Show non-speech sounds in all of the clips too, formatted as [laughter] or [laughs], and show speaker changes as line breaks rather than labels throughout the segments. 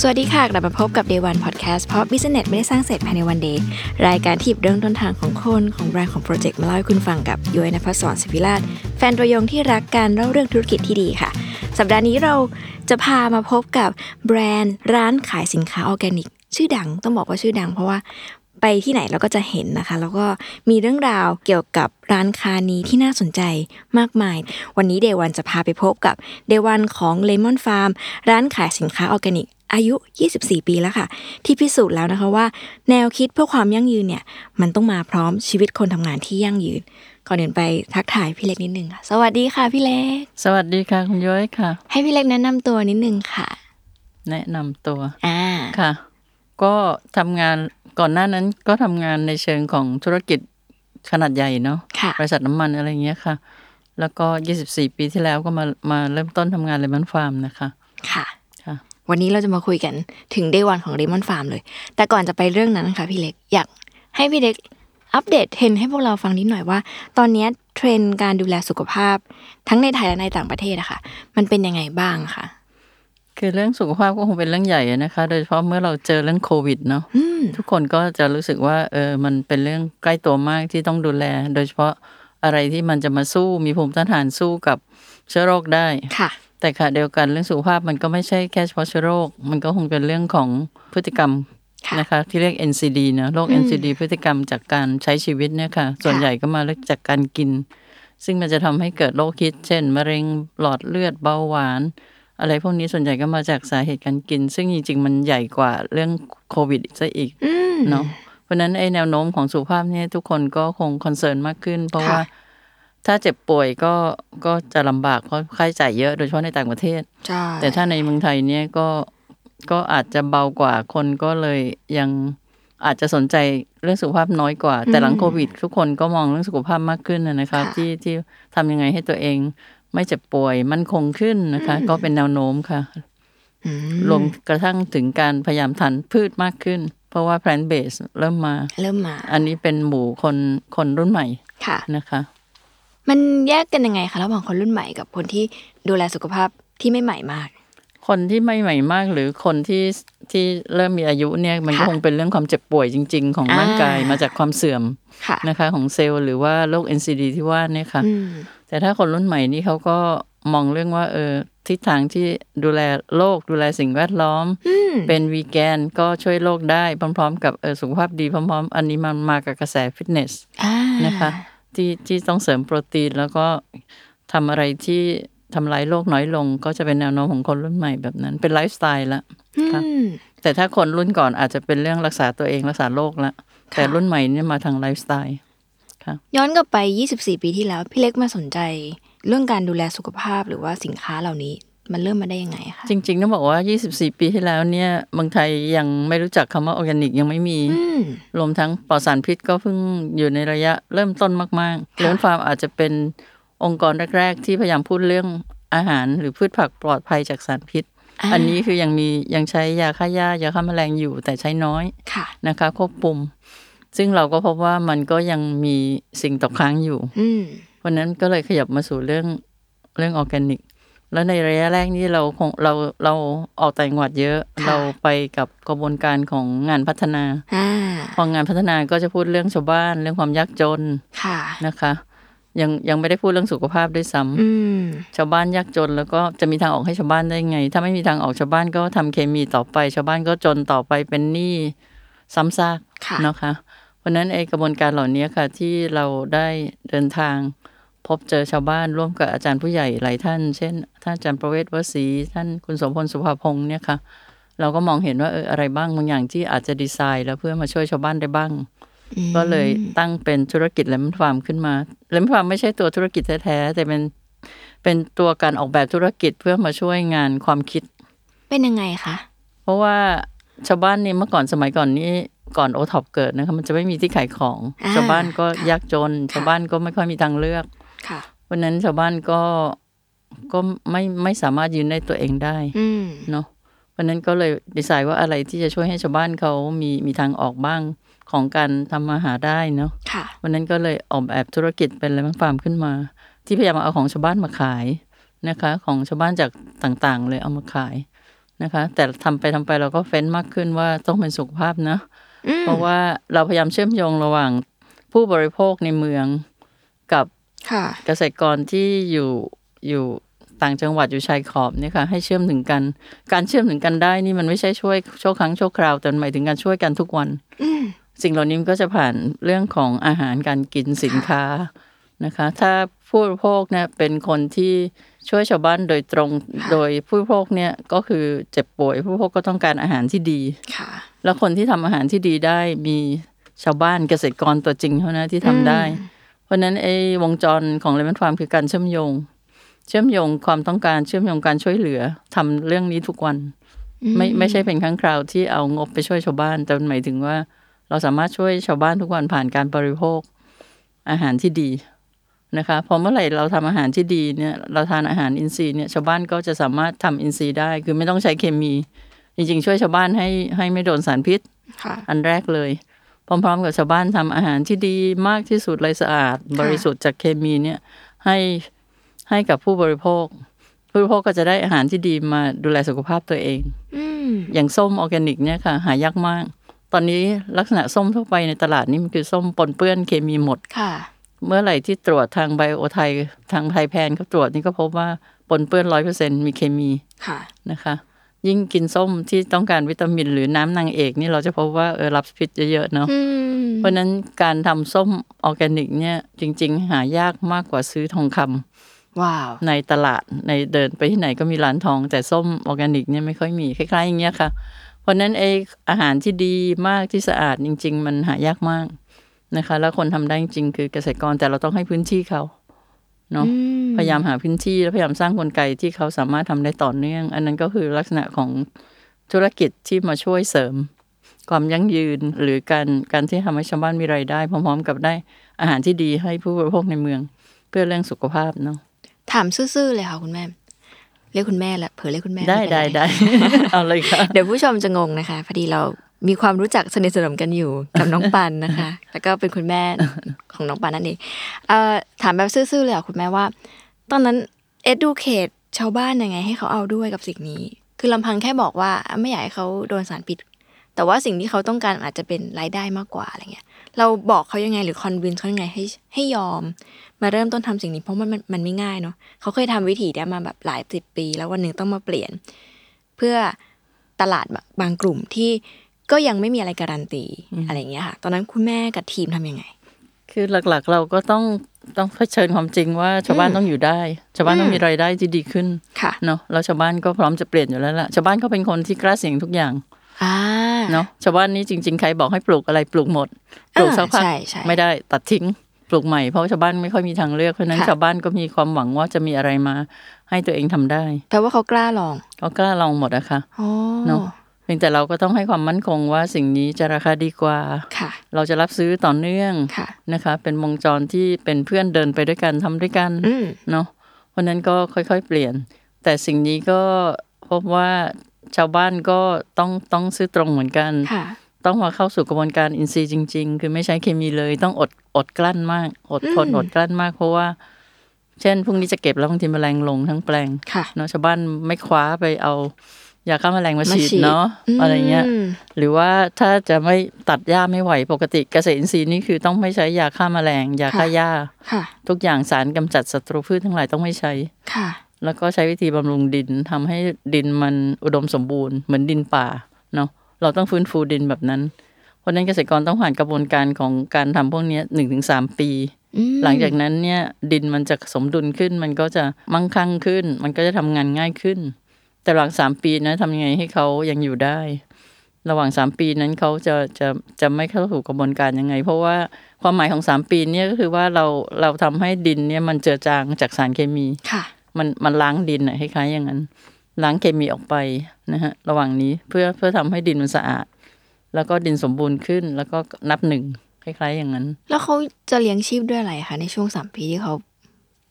สวัสดีค่ะ กลับมาพบกับ Day One Podcast เพราะ Business ไม่ได้สร้างเสร็จภายในวันเดย์รายการที่หยิบเรื่องต้นทางของคน ของแบรนด์ของโปรเจกต์มาเล่าให้คุณฟังกับย้อยนภศรศิวิราช แฟนตัวยงที่รักการเล่าเรื่องธุรกิจที่ดีค่ะ สัปดาห์นี้เราจะพามาพบกับแบรนด์ร้านขายสินค้าออร์แกนิก ชื่อดังต้องบอกว่าชื่อดังเพราะว่า ไปที่ไหนเราก็จะเห็นนะคะ แล้วก็มีเรื่องราวเกี่ยวกับร้านค้านี้ที่น่าสนใจมากมาย วันนี้เดวันจะพาไปพบกับเดวันของ Lemon Farm ร้านขายสินค้าออร์แกนิก อายุ 24 ปีแล้วค่ะ ที่พิสูจน์แล้วนะคะว่า แนวคิดเพื่อความยั่งยืนเนี่ย มันต้องมาพร้อมชีวิตคนทำงานที่ยั่งยืน ก่อนอื่นไปทักทายพี่เล็กนิดนึงค่ะ สวัสดีค่ะพี่เล็ก
สวัสดีค่ะ คุณย้อยค่ะ
ให้พี่เล็กแนะนำตัวนิดนึงค่ะ
แนะนำตัว
อ่า
ค่ะ ก็ทำงานก่อนหน้านั้นก็ทำงานในเชิงของธุรกิจขนาดใหญ่เนาะ
ค่ะ
บริษัทน้ำมันอะไรเงี้ยค่ะ แล้วก็ 24 ปีที่แล้วก็มามาเริ่มต้นทำงานเลมอนฟาร์มนะคะ
ค่ะ
ค่ะ
วันนี้เราจะมาคุยกันถึง day one ของ Lemon Farm เลย แต่ก่อนจะไปเรื่องนั้นค่ะพี่เล็ก อยากให้พี่เล็กอัปเดตเทรนด์ให้พวกเราฟังนิดหน่อยว่า ตอนเนี้ยเทรนด์การดูแลสุขภาพ ทั้งในไทยและในต่างประเทศอะค่ะ มันเป็นยังไงบ้างคะ
คือเรื่องสุขภาพก็คงเป็นเรื่องใหญ่อะนะคะ โดยเฉพาะเมื่อเราเจอเรื่องโควิดเนาะ
อืม
ทุกคนก็จะรู้สึกว่าเออมันเป็นเรื่องใกล้ตัวมากที่ต้องดูแล โดยเฉพาะอะไรที่มันจะมาสู้มีภูมิต้านทานสู้กับเชื้อโรคได้
ค่ะ
แต่ค่ะเดียวกันเรื่องสุขภาพมันก็ไม่ใช่แค่เฉพาะเชื้อโรค มันก็คงเป็นเรื่องของพฤติกรรม
ค่ะ
นะคะ ที่เรียก NCD นะโรค
อืม
NCD พฤติกรรมจากการใช้ชีวิตเนี่ยค่ะ ส่วน
ค่ะ
ใหญ่ก็มาจากการกิน ซึ่งมันจะทำให้เกิดโรคคิด เช่น มะเร็งหลอดเลือดเบาหวาน อะไรพวกนี้ส่วนใหญ่ก็มาจากสาเหตุการกิน ซึ่งจริงๆมันใหญ่กว่าเรื่องโควิดซะอีก
อืม
เนาะเพราะฉะนั้นไอ้แนวโน้มของสุขภาพเนี่ยทุกคนก็คงคอนเซิร์นมากขึ้น เพราะ
ค่ะ
ว่าถ้าเจ็บป่วยก็ก็จะลำบากเพราะค่าใช้จ่ายเยอะโดยเฉพาะในต่างประเทศ
ใช่
แต่ถ้าในเมืองไทยเนี่ยก็ก็อาจจะเบากว่าคนก็เลยยังอาจจะสนใจเรื่องสุขภาพน้อยกว่า แต่หลังโควิด ทุกคนก็มองเรื่องสุขภาพมากขึ้นนะนะคะที่ที่ทำยังไงให้ตัวเอง ไม่เจ็บป่วยมั่นคงขึ้นนะคะ ก็เป็นแนวโน้มค่ะ
อืม
รวมกระทั่งถึงการพยายามทานพืชมากขึ้น เพราะว่า plant based เริ่มมา
เริ่มมา
อันนี้เป็นหมู่คนคนรุ่นใหม่
ค่ะ
นะคะ
มันแยกกันยังไงคะระหว่างคนรุ่นใหม่กับคนที่ดูแลสุขภาพที่ไม่ใหม่มาก
คนที่ไม่ใหม่มากหรือคนที่ที่เริ่มมีอายุเนี่ยมันก็
ค่ะ
คงเป็นเรื่องความเจ็บป่วยจริง ๆ ของ
อ่า
ร่างกายมาจากความเสื่อม
ค่ะ
นะคะ ของเซลล์หรือว่าโรค NCD ที่ว่าเนี่ยค่ะ
อืม
แต่ถ้าคนรุ่นใหม่นี่เขาก็มองเรื่องว่าเออทิศทางที่ดูแลโลกดูแลสิ่งแวดล้อม
อืม
เป็นวีแกนก็ช่วยโลกได้พร้อมๆ กับเออสุขภาพดีพร้อมๆ อันนี้มันมากับกระแสฟิตเนส
อ่า
นะคะที่ที่ต้องเสริมโปรตีน แล้วก็ทำอะไรที่ทำลายโลกน้อยลง ก็จะเป็นแนวโน้มของคนรุ่นใหม่แบบนั้น เป็นไลฟ์สไตล์ละ
อื
ค่ะ
ม
แต่ถ้าคนรุ่นก่อนอาจจะเป็นเรื่องรักษาตัวเองรักษาโรคละแต่รุ่นใหม่เนี่ยมาทางไลฟ์สไตล์
ย้อนกลับไป 24 ปีที่แล้ว พี่เล็กมาสนใจ เรื่องการดูแลสุขภาพหรือว่าสินค้าเหล่านี้ มันเริ่มมาได้ยังไงคะ
จริง ๆ ต้องบอกว่า 24 ปีที่แล้วเนี่ยเมืองไทยยังไม่รู้จักคำว่าออร์แกนิกยังไม่มี
อืม
รวมทั้งปลอดสารพิษก็เพิ่งอยู่ในระยะเริ่มต้นมากๆ
ค่ะ
เลนฟาร์มอาจจะเป็นองค์กรแรก ๆ ที่พยายามพูดเรื่องอาหาร หรือพืชผักปลอดภัยจากสารพิษ อันนี้คือยังมียังใช้ยาฆ่าหญ้ายาฆ่าแมลงอยู่แต่ใช้น้อย
ค่ะ
นะคะควบคุม ซึ่งเราก็พบว่ามันก็ยังมีสิ่งตกค้างอยู่
อืม
วันนั้นก็เลยขยับมาสู่เรื่องเรื่องออร์แกนิก แล้วในระยะแรกนี่เราคงเราเราออกต่างจังหวัดเยอะ
ค่ะ
เราไปกับกระบวนการของงานพัฒนา
อ่า
พองานพัฒนาก็จะพูดเรื่องชาวบ้าน เรื่องความยากจน
ค่ะ
นะคะ ยังยังไม่ได้พูดเรื่องสุขภาพด้วยซ้ำ
อืม
ชาวบ้านยากจนแล้วก็จะมีทางออกให้ชาวบ้านได้ไง ถ้าไม่มีทางออกชาวบ้านก็ทำเคมีต่อไป ชาวบ้านก็จนต่อไปเป็นหนี้ซ้ำซาก
ค่ะ
นะคะเพราะฉะนั้นไอกระบวนการเหล่านี้ค่ะที่เราได้เดินทาง พบเจอชาวบ้านร่วมกับอาจารย์ผู้ใหญ่หลายท่าน เช่นท่านอาจารย์ประเวศวสีท่านคุณสมพลสุภาพงศ์เนี่ยค่ะเราก็มองเห็นว่าเอออะไรบ้างบางอย่างที่อาจจะดีไซน์ แล้วเพื่อมาช่วยชาวบ้านได้บ้าง
อืม
ก็เลยตั้งเป็นธุรกิจเลมอนฟาร์มขึ้นมาเลมอนฟาร์มไม่ใช่ตัวธุรกิจแท้ๆแต่เป็นเป็นตัวการออกแบบธุรกิจเพื่อมาช่วยงานความคิด
เป็นยังไงคะ
เพราะว่าชาวบ้านนี่เมื่อก่อนสมัยก่อนนี้ ก่อนโอท็อปเกิดนะคะมันจะไม่มีที่ขายของ
อ่า
ชาวบ้านก็
ค่ะ
ยากจน
ค่ะ
ชาวบ้านก็ไม่ค่อยมีทางเลือก
ค่ะ
วันนั้นชาวบ้านก็ก็ไม่ไม่สามารถยืนได้ตัวเองได้
อืม
เนาะวันนั้นก็เลยดีไซน์ว่าอะไรที่จะช่วยให้ชาวบ้านเขามีมีทางออกบ้างของการทำมาหาได้เนาะ
ค่ะ
วันนั้นก็เลยออกแบบธุรกิจเป็นอะไรบ้างฟาร์มขึ้นมา ที่พยายามเอาของชาวบ้านมาขายนะคะ ของชาวบ้านจากต่างๆ เลยเอามาขายนะคะ แต่ทำไปทำไปเราก็เฟ้นมากขึ้นว่าต้องเป็นสุขภาพนะ
อืม
เพราะว่าเราพยายามเชื่อมโยงระหว่างผู้บริโภคในเมืองกับ
ค่ะ
เกษตรกรที่อยู่อยู่ต่างจังหวัดอยู่ชายขอบเนี่ยค่ะให้เชื่อมถึงกัน การเชื่อมถึงกันได้นี่มันไม่ใช่ช่วยชั่วครั้งชั่วคราวแต่มันหมายถึงการช่วยกันทุกวัน
อืม
สิ่งเหล่านี้มันก็จะผ่านเรื่องของอาหารการกินสินค้านะคะ ถ้าผู้บริโภคเนี่ยเป็นคนที่ช่วยชาวบ้านโดยตรง
ค่ะ
โดยผู้บริโภคเนี่ยก็คือเจ็บป่วยผู้บริโภคก็ต้องการอาหารที่ดี
ค่ะ
แล้วคนที่ทำอาหารที่ดีได้มีชาวบ้านเกษตรกรตัวจริงเท่านั้นที่ทำได้
อืม
เพราะฉะนั้นไอ้วงจรของเลมอนฟาร์มคือการเชื่อมโยง เชื่อมโยงความต้องการเชื่อมโยงการช่วยเหลือทำเรื่องนี้ทุกวัน ไม่ไม่ใช่เป็นครั้งคราวที่เอางบไปช่วยชาวบ้าน แต่มันหมายถึงว่า เราสามารถช่วยชาวบ้านทุกวันผ่านการบริโภค อาหารที่ดีนะคะพอเมื่อไหร่เราทำอาหารที่ดีเนี่ยเราทานอาหารอินทรีย์เนี่ยชาวบ้านก็จะสามารถทำอินทรีย์ได้ คือไม่ต้องใช้เคมี จริงๆ ช่วยชาวบ้านให้ให้ไม่โดนสารพิษ
ค่ะ
อันแรกเลย พร้อมๆ กับชาวบ้านทำอาหารที่ดีมากที่สุดเลยสะอาด บริสุทธิ์จากเคมีเนี่ยให้ให้กับผู้บริโภค ผู้บริโภคก็จะได้อาหารที่ดีมาดูแลสุขภาพตัวเอง
อืม
อย่างส้มออร์แกนิกเนี่ยค่ะ หายากมาก ตอนนี้ลักษณะส้มทั่วไปในตลาดนี่มันคือส้มปนเปื้อนเคมีหมด
ค่ะ
เมื่อไหร่ที่ตรวจทางไบโอไทยทางไทยแพนเขาตรวจนี่ก็พบว่าปนเปื้อนร้อยเปอร์เซ็นมีเคมี
ค่ะ
นะคะ ยิ่งกินส้มที่ต้องการวิตามินหรือน้ำนางเอกนี่เราจะพบว่าเออรับพิษเยอะๆเนาะ
อืม
เพราะฉะนั้นการทำส้มออร์แกนิกเนี่ยจริง ๆ หายากมากกว่าซื้อทองค
ว้าว
ำในตลาดในเดินไปที่ไหนก็มีร้านทอง แต่ส้มออร์แกนิกเนี่ยไม่ค่อยมีคล้ายๆอย่างเงี้ยค่ะ เพราะฉะนั้นไออาหารที่ดีมากที่สะอาดจริง ๆ มันหายากมากนะคะ แล้วคนทำได้จริงๆคือเกษตรกรแต่เราต้องให้พื้นที่เขาเนาะ
อืม
พยายามหาพื้นที่และพยายามสร้างกลไกที่เขาสามารถทำได้ต่อเนื่อง อันนั้นก็คือลักษณะของธุรกิจที่มาช่วยเสริม ความยั่งยืนหรือการการที่ทำให้ชาวบ้านมีรายได้ พร้อมๆ กับได้อาหารที่ดีให้ผู้บริโภคในเมือง เพื่อเรื่องสุขภาพเนาะ
ถามซื่อๆเลยค่ะคุณแม่ เรียกคุณแม่ละเผลอเรียกคุณแม่
ได้
ม่เป็นร
ได้
[laughs]
ได้ เอาเลยค่ะ
เดี๋ยวผู้ชมจะงงนะคะ พอดีเรามีความรู้จักสนิทสนมกันอยู่ กับน้องปันนะคะ [laughs] แล้วก็เป็นคุณแม่ของน้องปันนั่นเองเอ่อถามแบบซื่อๆเลยอ่ะคุณแม่ว่า ตอนนั้น educate ชาวบ้านยังไงให้เขาเอาด้วยกับสิ่งนี้ คือลำพังแค่บอกว่าไม่อยากให้เขาโดนสารพิษแต่ว่าสิ่งที่เขาต้องการอาจจะเป็นรายได้มากกว่าอะไรเงี้ย เราบอกเขายังไงหรือคอนวินเขายังไงให้ให้ยอม มาเริ่มต้นทำสิ่งนี้เพราะมันมันมันไม่ง่ายเนาะเขาเคยทำวิธีเนี้ยมาแบบหลายสิบปี แล้ววันหนึ่งต้องมาเปลี่ยน เพื่อตลาดบางกลุ่มที่ก็ยังไม่มีอะไรการันตีอะไรอย่างเงี้ยค่ะ ตอนนั้นคุณแม่กับทีมทำยังไง
คือหลักๆ เราก็ต้องต้องเผชิญความจริงว่าชาวบ้าน
อืม
ต้องอยู่ได้ ชาวบ้านต้อง
อืม
มีรายได้ที่ดีขึ้น
ค่ะ
เนาะแล้วชาวบ้านก็พร้อมจะเปลี่ยนอยู่แล้วล่ะชาวบ้านเขาเป็นคนที่กล้าเสี่ยงทุกอย่าง
อ่า
เนาะชาวบ้านนี่จริง ๆใครบอกให้ปลูกอะไรปลูกหมดปลูกสักพัก
ใช่ใช่
ไม่ได้ตัดทิ้งปลูกใหม่เพราะชาวบ้านไม่ค่อยมีทางเลือกเพราะฉะนั้น
ค่ะ
ชาวบ้านก็มีความหวังว่าจะมีอะไรมาให้ตัวเองทำได้
แปลว่าเขากล้าลอง
ก็กล้าลองหมดนะคะ
โอ้
เนาะเพียงแต่เราก็ต้องให้ความมั่นคงว่าสิ่งนี้จะราคาดีกว่า
ค่ะ
เราจะรับซื้อต่อเนื่อง
ค่ะ
นะคะ เป็นวงจรที่เป็นเพื่อนเดินไปด้วยกันทำด้วยกัน
อืม
เนาะเพราะฉะนั้นก็ค่อยๆ เปลี่ยน แต่สิ่งนี้ก็พบว่าชาวบ้านก็ต้องต้องซื้อตรงเหมือนกัน
ค่ะ
ต้องมาเข้าสู่กระบวนการอินทรีย์จริง ๆ คือไม่ใช้เคมีเลยต้องอดอดกลั้นมาก อดทน
อืม
อดกลั้นมาก เพราะว่า เช่นพรุ่งนี้จะเก็บแล้วบางทีแมลงลงทั้งแปลง
ค่ะ
เนาะชาวบ้านไม่คว้าไปเอายาฆ่าแมลงมา
มา
ฉีด
ฉีด
เนาะอะไรเงี้ย
ม
หรือว่าถ้าจะไม่ตัดหญ้าไม่ไหวปกติเกษตรอินทรีย์นี่คือต้องไม่ใช้ยาฆ่าแมลงยาฆ่าหญ้า
ค่ะ
ทุกอย่างสารกำจัดศัตรูพืชทั้งหลายต้องไม่ใช้
ค่ะ
แล้วก็ใช้วิธีบำรุงดินทำให้ดินมันอุดมสมบูรณ์เหมือนดินป่าเนาะเราต้องฟื้นฟูดินแบบนั้น เพราะฉะนั้นเกษตรกรต้องผ่านกระบวนการของการทำพวกเนี้หนึ่งถึงสามปี
อืม
หลังจากนั้นเนี่ยดินมันจะสมดุลขึ้น มันก็จะมั่งคั่งขึ้น มันก็จะทำงานง่ายขึ้น แต่หลังสามปีนะทำยังไงให้เขายังอยู่ได้ ระหว่างสามปีนั้นเขาจะจะจะไม่เข้าสู่กระบวนการยังไง เพราะว่าความหมายของสามปีเนี่ยก็คือว่าเราเราทำให้ดินเนี่ยมันเจือจางจากสารเคมี
ค่ะ
มันมันล้างดินอะคล้ายๆอย่างนั้น ล้างเคมีออกไปนะฮะระหว่างนี้เพื่อเพื่อทำให้ดินมันสะอาด แล้วก็ดินสมบูรณ์ขึ้น แล้วก็นับหนึ่งคล้ายๆ อย่างนั้น
แล้วเขาจะเลี้ยงชีพด้วยอะไรคะในช่วงสามปีที่เขา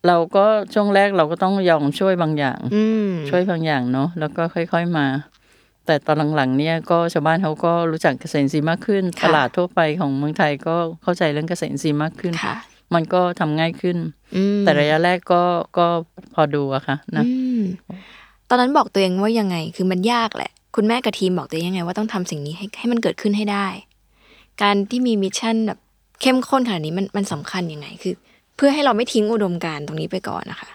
เราก็ช่วงแรกเราก็ต้องยอมช่วยบางอย่าง
อืม
ช่วยบางอย่างเนาะแล้วก็ค่อย ๆมา แต่ตอนหลังๆ เนี่ยก็ชาวบ้านเขาก็รู้จักเกษตรอินทรีย์มากขึ้น ตลาดทั่วไปของเมืองไทยก็เข้าใจเรื่องเกษตรอินทรีย์มากขึ้น
ค่ะ
มันก็ทำง่ายขึ้น
อืม
แต่ระยะแรกก็ก็พอดูอะค่ะนะ
อืมตอนนั้นบอกตัวเองว่ายังไง คือมันยากแหละ คุณแม่กับทีมบอกตัวเองยังไง ว่าต้องทำสิ่งนี้ให้ให้มันเกิดขึ้นให้ได้ การที่มีมิชชั่นแบบเข้มข้นขนาดนี้มันมันสำคัญยังไง คือ เพื่อให้เราไม่ทิ้งอุดมการณ์ตรงนี้ไปก่อนนะคะ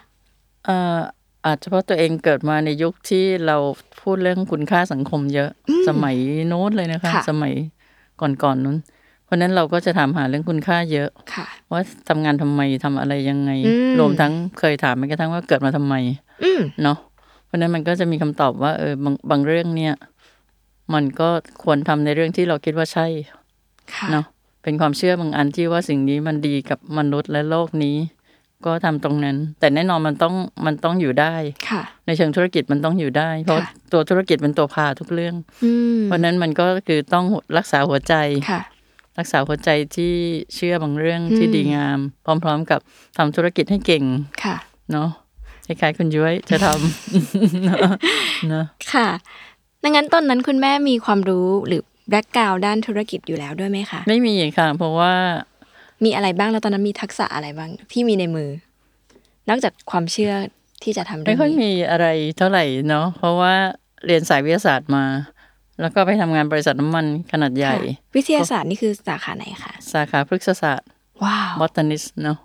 เอ่ออาจจะเพราะตัวเองเกิดมาในยุคที่เราพูดเรื่องคุณค่าสังคมเยอะ สมัยโน้นเลยนะคะ
ค่ะ
สมัยก่อนๆนู้น เพราะฉะนั้นเราก็จะถามหาเรื่องคุณค่าเยอะ
ค่ะ
ว่าทำงานทำไมทำอะไรยังไง
อืม
รวมทั้งเคยถามแม้กระทั่งว่าเกิดมาทำไม
อืม
เนาะเพราะฉะนั้นมันก็จะมีคำตอบว่าเออบางบางเรื่องเนี่ย มันก็ควรทำในเรื่องที่เราคิดว่าใช่
ค่ะ
เนาะเป็นความเชื่อบางอันที่ว่าสิ่งนี้มันดีกับมนุษย์และโลกนี้ ก็ทำตรงนั้น แต่แน่นอนมันต้องมันต้องอยู่ได้
ค่ะ
ในเชิงธุรกิจมันต้องอยู่ได้ เพราะ
ค่ะ
ตัวธุรกิจเป็นตัวพาทุกเรื่อง
อืม
เพราะฉะนั้นมันก็คือต้องรักษาหัวใจ
ค่ะ
รักษาหัวใจที่เชื่อบางเรื่องที่
อืม
ดีงาม พร้อม ๆ กับทำธุรกิจให้เก่ง
ค่ะ
เนาะคล้ายๆคุณย้วยจะทำ เนอะเนอะ
ค่ะดังนั้นตอนนั้นคุณแม่มีความรู้หรือแบ็กกราวด้านธุรกิจอยู่แล้วด้วยไหมคะ
[laughs] ไม่มีค่ะ เพราะว่า
มีอะไรบ้างแล้วตอนนั้นมีทักษะอะไรบ้างที่มีในมือ นอกจากความเชื่อที่จะทำเรื่
ไม่
อง
ค่อย
นี้
มีอะไรเท่าไหร่เนาะเพราะว่าเรียนสายวิทยาศาสตร์มา แล้วก็ไปทำงานบริษัทน้ำมันขนาดใหญ่
ค่ะวิทยาศาสตร์นี่คือสาขาไหนคะ
สาขาพฤกษศาสตร์
ว้าว
บอตานิสเนาะ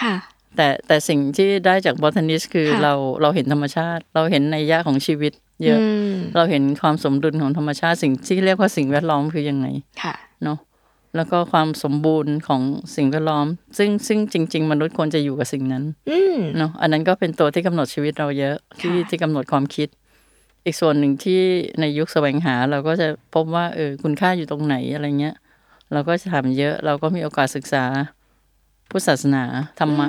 ค่ะ
แต่แต่สิ่งที่ได้จากบอตานิสคือ
ค่ะ
เราเราเห็นธรรมชาติ เราเห็นในยยะของชีวิตเยอะ
ม
เราเห็นความสมดุลของธรรมชาติสิ่งที่เรียกว่าสิ่งแวดล้อมคือยังไง
ค่ะ
เนาะแล้วก็ความสมบูรณ์ของสิ่งแวดล้อม ซึ่งซึ่งจริง ๆ มนุษย์ควรจะอยู่กับสิ่งนั้น
อืม
เนาะอันนั้นก็เป็นตัวที่กำหนดชีวิตเราเยอะ ที่
ค่ะ
ที่กำหนดความคิด อีกส่วนหนึ่งที่ในยุคแสวงหาเราก็จะพบว่าเออคุณค่าอยู่ตรงไหนอะไรเงี้ย เราก็จะทำเยอะ เราก็มีโอกาสศึกษาพุทธศาสนาธรรมะ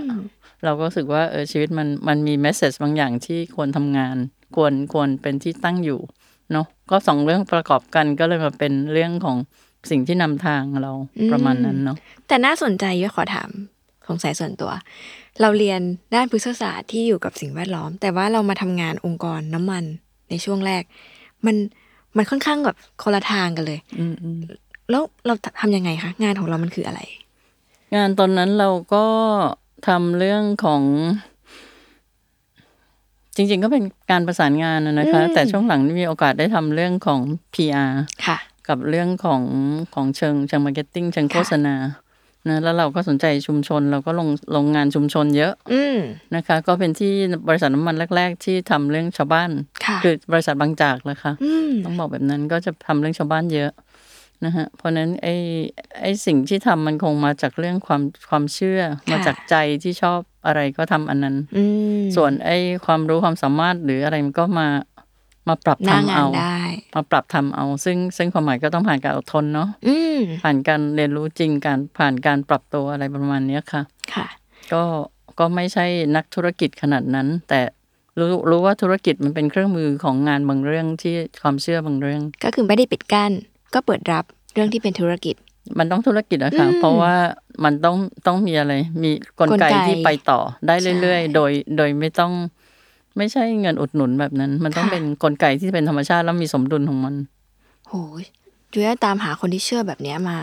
เราก็รู้สึกว่าเออชีวิตมันมันมีแมสเซจบางอย่างที่ควรทำงาน ควรควรเป็นที่ตั้งอยู่เนาะก็สองเรื่องประกอบกันก็เลยมาเป็นเรื่องของสิ่งที่นำทางเราประมาณนั้นเนาะ
แต่น่าสนใจเยอะขอถามสงสัยส่วนตัว เราเรียนด้านพฤกษศาสตร์ที่อยู่กับสิ่งแวดล้อม แต่ว่าเรามาทำงานองค์กรน้ำมันในช่วงแรก มันมันค่อนข้างแบบคนละทางกันเลย
อืมอืม
แล้วเราทำยังไงคะงานของเรามันคืออะไร
งานตอนนั้นเราก็ทำเรื่องของ จริง ๆ ก็เป็นการประสานงานนะนะคะ
อืม
แต่ช่วงหลังนี่มีโอกาสได้ทำเรื่องของ PR
ค่ะ
กับเรื่องของของเชิงเชิงมาร์เก็ตติ้งเชิงโฆษณานะแล้วเราก็สนใจชุมชน เราก็ลงลงงานชุมชนเยอะ
อืม
นะคะ ก็เป็นที่บริษัทน้ำมันแรก ๆ ที่ทำเรื่องชาวบ้าน
ค่ะ
คือบริษัทบางจากนะคะ
อืม
ต้องบอกแบบนั้นก็จะทำเรื่องชาวบ้านเยอะนะฮะเพราะฉะนั้นไอ้ไอ้สิ่งที่ทำมันคงมาจากเรื่องความความเชื่อ มาจากใจที่ชอบอะไรก็ทำอันนั้น
อืม
ส่วนไอ้ความรู้ความสามารถหรืออะไรมันก็มามาปรับ
หน้า
ทำ
งาน
เอา
ได้
มาปรับทำเอา ซึ่งซึ่งความหมายก็ต้องผ่านการอดทนเนาะ
อืม
ผ่านการเรียนรู้จริงการผ่านการปรับตัวอะไรประมาณเนี้ยค่ะ
ค่ะ
ก็ก็ไม่ใช่นักธุรกิจขนาดนั้น แต่รู้รู้ว่าธุรกิจมันเป็นเครื่องมือของงานบางเรื่องที่ความเชื่อบางเรื่อง
ก็คือไม่ได้ปิดกั้น ก็เปิดรับเรื่องที่เป็นธุรกิจ
มันต้องธุรกิจนะคะ
อืม
เพราะว่ามันต้องต้องมีอะไร มีกล
กลไก
ไกที่ไปต่อได้เรื่อย
ใช่
ๆ โดยโดยไม่ต้อง ไม่ใช่เงินอุดหนุนแบบนั้น มันต้อง
ค่ะ
เป็นกลไกที่เป็นธรรมชาติแล้วมีสมดุลของมัน
โหจุยตามหาคนที่เชื่อแบบเนี้ยมา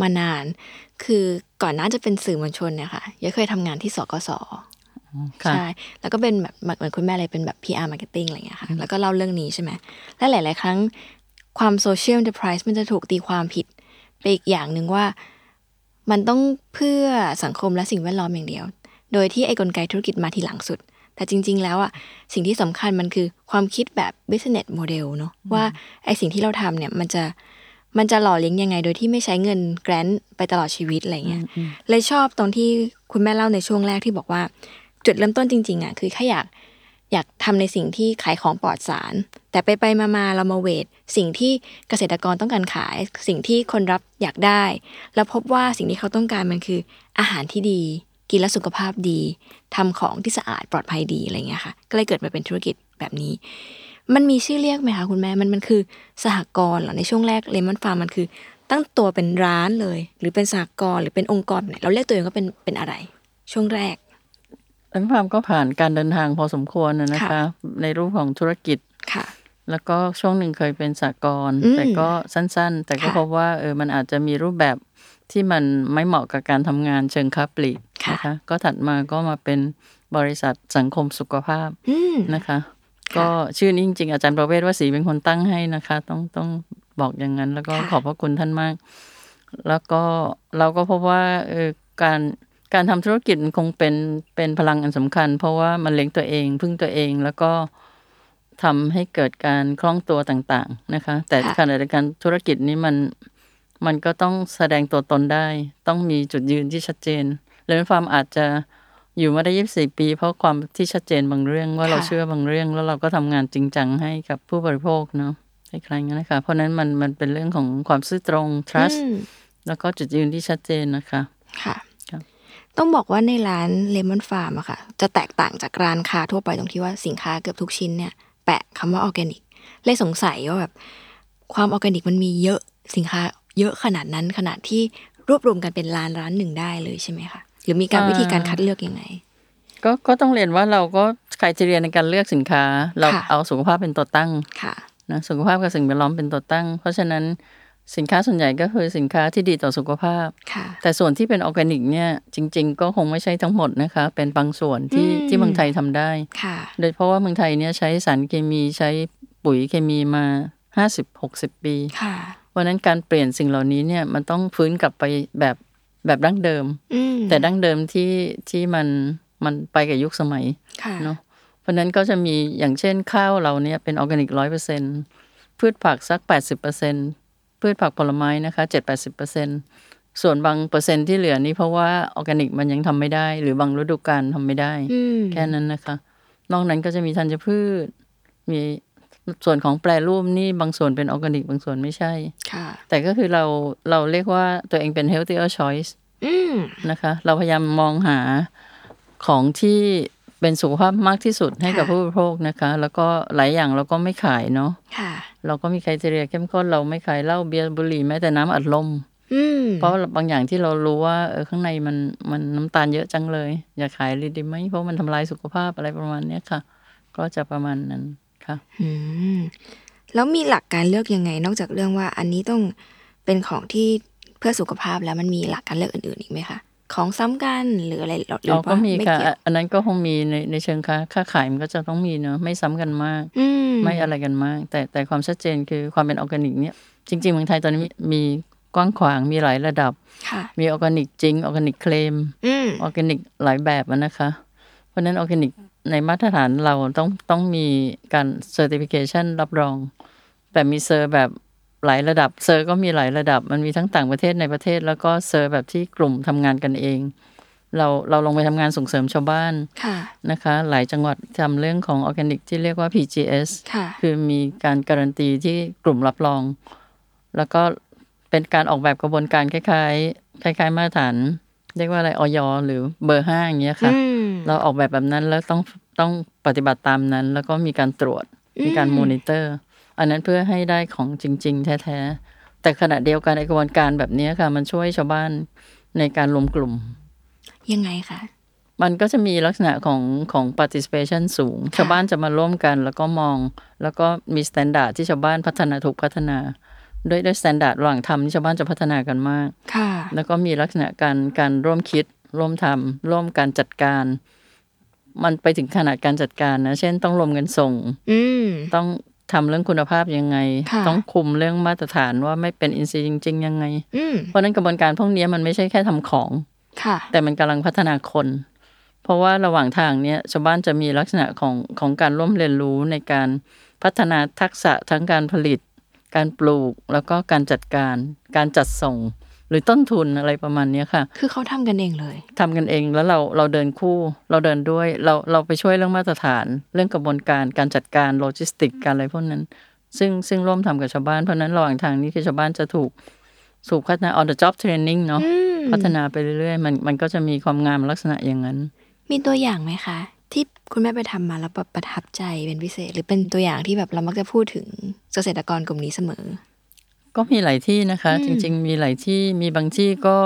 มานาน คือก่อนหน้าจะเป็นสื่อมวลชนเนี่ยค่ะยะเคยทำงานที่สกส
ค่ะ
ใช่แล้วก็เป็นแบบเหมือนคุณแม่เลยเป็นแบบ PR marketing อะไรอย่างเงี้ยค่ะแล้วก็เล่าเรื่องนี้ใช่ไหมและหลาย ๆ ครั้งความโซเชียล e n t e r p r i s e มันจะถูกตีความผิดไปอีกอย่างหนึ่งว่า มันต้องเพื่อสังคมและสิ่งแวดล้อมอย่างเดียว โดยที่ไอ้กลไกธุรกิจมาทีหลังสุด แต่จริง ๆ แล้วอะสิ่งที่สำคัญมันคือความคิดแบบ business model เนอะว่าไอ้สิ่งที่เราทำเนี่ยมันจะมันจะหล่อเลี้ยงยังไง โดยที่ไม่ใช้เงินแกรนต์ไปตลอดชีวิตอะไรเงี้ยเลยชอบตรงที่คุณแม่เล่าในช่วงแรกที่บอกว่า จุดเริ่มต้นจริง ๆอะคือแค่อยากอยากทำในสิ่งที่ขายของปลอดสาร แต่ไปไปๆมาๆเรามาเวทสิ่งที่เกษตรกรต้องการขาย สิ่งที่คนรับอยากได้ แล้วพบว่าสิ่งที่เขาต้องการมันคืออาหารที่ดี กินแล้วสุขภาพดีทำของที่สะอาดปลอดภัยดีอะไรเงี้ยค่ะ ก็เลยเกิดมาเป็นธุรกิจแบบนี้ มันมีชื่อเรียกไหมคะคุณแม่มันมันคือสหกรณ์เหรอในช่วงแรกเลมอนฟาร์มมันคือ ตั้งตัวเป็นร้านเลย หรือเป็นสหกรณ์หรือเป็นองค์กรไหนเราเรียกตัวเองก็เป็นเป็นอะไร ช่วงแรก
แล้วความก็ผ่านการเดินทางพอสมควรนะนะ
ค่ะ
คะ ในรูปของธุรกิจ
ค่ะ
แล้วก็ช่วงหนึ่งเคยเป็นสากล
อืม
แต่ก็สั้นๆ แต่ก็
ค่ะ
พบว่าเออมันอาจจะมีรูปแบบที่มันไม่เหมาะกับการทำงานเชิงค้าปลีก
ค่ะ
นะคะก็ถัดมาก็มาเป็นบริษัทสังคมสุขภาพ
อืม
นะคะ ก็ชื่อนี้จริงๆ อาจารย์ประเวศว่าสีเป็นคนตั้งให้นะคะ ต้องต้องบอกอย่างนั้น แล้วก็
ค่ะ
ขอบพระคุณท่านมาก แล้วก็เราก็พบว่าเออการการทำธุรกิจมันคงเป็นเป็นพลังอันสำคัญ เพราะว่ามันเลี้ยงตัวเองพึ่งตัวเองแล้วก็ทำให้เกิดการคล่องตัวต่างๆนะคะ แต่
ค่ะ
ขณะเดียวกันธุรกิจนี้มันมันก็ต้องแสดงตัวตนได้ ต้องมีจุดยืนที่ชัดเจนเลนฟาร์มอาจจะอยู่มาได้ยี่สี่ปี เพราะความที่ชัดเจนบางเรื่องว่าเรา
ค่ะ
เชื่อบางเรื่อง แล้วเราก็ทำงานจริงจังให้กับผู้บริโภคเนาะคล้ายๆงั้นนะคะ เพราะฉะนั้นมันมันเป็นเรื่องของความซื่อตรง trust
อืม
แล้วก็จุดยืนที่ชัดเจนนะคะ
ค่ะ
ครับ
ต้องบอกว่าในร้านเลมอนฟาร์มอะค่ะ จะแตกต่างจากร้านค้าทั่วไปตรงที่ว่าสินค้าเกือบทุกชิ้นเนี่ย แปะคำว่าออร์แกนิกเลยสงสัยว่าแบบความออร์แกนิกมันมีเยอะสินค้าเยอะขนาดนั้นขนาดที่รวบรวมกันเป็นร้านร้านหนึ่งได้เลยใช่ไหมคะหรือมีการวิธีการคัดเลือกยังไง
ก็ก็ต้องเรียนว่าเราก็ใครจะเรียนในการเลือกสินค้า เรา
ค่ะ
เอาสุขภาพเป็นตัวตั้ง
ค่ะ
นะสุขภาพกับสิ่งแวดล้อมเป็นตัวตั้ง เพราะฉะนั้นสินค้าส่วนใหญ่ก็คือสินค้าที่ดีต่อสุขภาพ
ค่ะ
แต่ส่วนที่เป็นออร์แกนิกเนี่ยจริง ๆ ก็คงไม่ใช่ทั้งหมดนะคะ เป็นบางส่วนที่
อืม
ที่เมืองไทยทำได้
ค่ะ
โดยเพราะว่าเมืองไทยเนี่ยใช้สารเคมีใช้ปุ๋ยเคมีมา 50-60 ปี
ค่ะ
วันนั้นการเปลี่ยนสิ่งเหล่านี้เนี่ยมันต้องฟื้นกลับไปแบบแบบดั้งเดิม
อืม
แต่ดั้งเดิมที่ที่มันมันไปกับยุคสมัย
ค่ะ
เนอะ เพราะฉะนั้นก็จะมีอย่างเช่นข้าวเราเนี่ยเป็นออร์แกนิกร้อยเปอร์เซ็นพืชผักสักแปดสิบเปอร์เซ็นพืชผักผลไม้นะคะเจ็ดแปดสิบเปอร์เซ็นส่วนบางเปอร์เซ็นต์ที่เหลือนี่เพราะว่าออร์แกนิกมันยังทำไม่ได้ หรือบางฤดูกาลทำไม่ได้
อืม
แค่นั้นนะคะ นอกนั้นก็จะมีธัญพืช มีส่วนของแปรรูปนี่บางส่วนเป็นออร์แกนิกบางส่วนไม่ใช่
ค่ะ
แต่ก็คือเราเราเรียกว่าตัวเองเป็น healthier choice
อืม
นะคะเราพยายามมองหาของที่เป็นสุขภาพมากที่สุดให้กับผู้บริโภคนะคะ แล้วก็หลายอย่างเราก็ไม่ขายเนาะ
ค่ะ
เราก็มีไครเทเรียเข้มข้นเราไม่ขายเหล้าเบียร์บุหรี่แม้แต่น้ำอัดลม
อืม
เพราะบางอย่างที่เรารู้ว่าเออข้างในมันมันน้ำตาลเยอะจังเลย อย่าขายเลยดีไหมเพราะมันทำลายสุขภาพอะไรประมาณเนี้ยค่ะ ก็จะประมาณนั้นค่ะ
อืมแล้วมีหลักการเลือกยังไง นอกจากเรื่องว่าอันนี้ต้องเป็นของที่เพื่อสุขภาพแล้วมันมีหลักการเลือกอื่นๆอีกไหมคะของซ้ำกันหรืออะไรหรือ
เราก็
ว่า
มี
ไม่
ค่ะ
เกี่ยว
อันนั้นก็คงมีในในเชิงค้าค้าขายมันก็จะต้องมีเนาะไม่ซ้ำกันมาก
อืม
ไม่อะไรกันมาก แต่แต่ความชัดเจนคือความเป็นออร์แกนิกเนี่ยจริงๆเมืองไทยตอนนี้มีมีกว้างขวางมีหลายระดับ
ค่ะ
มีออร์แกนิกจริงออร์แกนิกเคลม
อืม
ออร์แกนิกหลายแบบอะนะคะ เพราะฉะนั้นออร์แกนิกในมาตรฐานเราต้องต้องมีการเซอร์ติฟิเคชันรับรอง แบบมีเซอร์แบบหลายระดับเซอร์ก็มีหลายระดับ มันมีทั้งต่างประเทศในประเทศ แล้วก็เซอร์แบบที่กลุ่มทำงานกันเอง เราเราลงไปทำงานส่งเสริมชาวบ้าน
ค่ะ
นะคะ หลายจังหวัดทำเรื่องของออร์แกนิกที่เรียกว่า PGS
ค่ะ
คือมีการการันตีที่กลุ่มรับรอง แล้วก็เป็นการออกแบบกระบวนการคล้ายๆ คล้าย ๆ มาตรฐาน เรียกว่าอะไรออยหรือเบอร์ห้าอย่างเงี้ยค่ะ
อืม
เราออกแบบแบบนั้นแล้วต้องต้องปฏิบัติตามนั้น แล้วก็มีการตรวจ
อืม
มีการมอนิเตอร์ อันนั้นเพื่อให้ได้ของจริง ๆ แท้ๆ แต่ขณะเดียวกันไอ้กระบวนการแบบเนี้ยค่ะ มันช่วยชาวบ้านในการรวมกลุ่ม
ยังไงคะ
มันก็จะมีลักษณะของของ participation สูง ชาวบ้านจะมาร่วมกันแล้วก็มอง แล้วก็มีมาตรฐานที่ชาวบ้านพัฒนาถูกพัฒนา ด้วยด้วยมาตรฐานระหว่างทำที่ชาวบ้านจะพัฒนากันมาก
ค่ะ
แล้วก็มีลักษณะการการร่วมคิด ร่วมทำร่วมการจัดการ มันไปถึงขนาดการจัดการนะ เช่นต้องรวมเงินส่ง
อืม
ต้องทำเรื่องคุณภาพยังไง
ค่ะ
ต้องคุมเรื่องมาตรฐานว่าไม่เป็นอินซีจริง ๆ ยังไง
อืม
เพราะฉะนั้นกระบวนการพวกเนี้ยมันไม่ใช่แค่ทำของ
ค่ะ
แต่มันกำลังพัฒนาคน เพราะว่าระหว่างทางเนี้ยชาวบ้านจะมีลักษณะของของการร่วมเรียนรู้ในการพัฒนาทักษะทั้งการผลิต การปลูกแล้วก็การจัดการ การจัดส่ง หรือต้นทุนอะไรประมาณเนี้ยค่ะ
คือเขาทำกันเองเลย
ทำกันเองแล้วเราเราเดินคู่ เราเดินด้วยเราเราไปช่วยเรื่องมาตรฐาน เรื่องกระบวนการการจัดการโลจิสติกการอะไรพวกนั้น ซึ่งซึ่งร่วมทำกับชาวบ้านเพราะฉะนั้นระหว่างทางนี้คือชาวบ้านจะถูกถูกพัฒนา on the job training เนาะ
อืม
พัฒนาไปเรื่อยๆ มันมันก็จะมีความงามลักษณะอย่างนั้น
มีตัวอย่างไหมคะ ที่คุณแม่ไปทำมาแล้วแบบประทับใจเป็นพิเศษ หรือเป็นตัวอย่างที่แบบเรามักจะพูดถึงเกษตรกรกลุ่มนี้เสมอ
ก็มีหลายที่นะคะ
อืม
จริง ๆ มีหลายที่มีบางที่ก็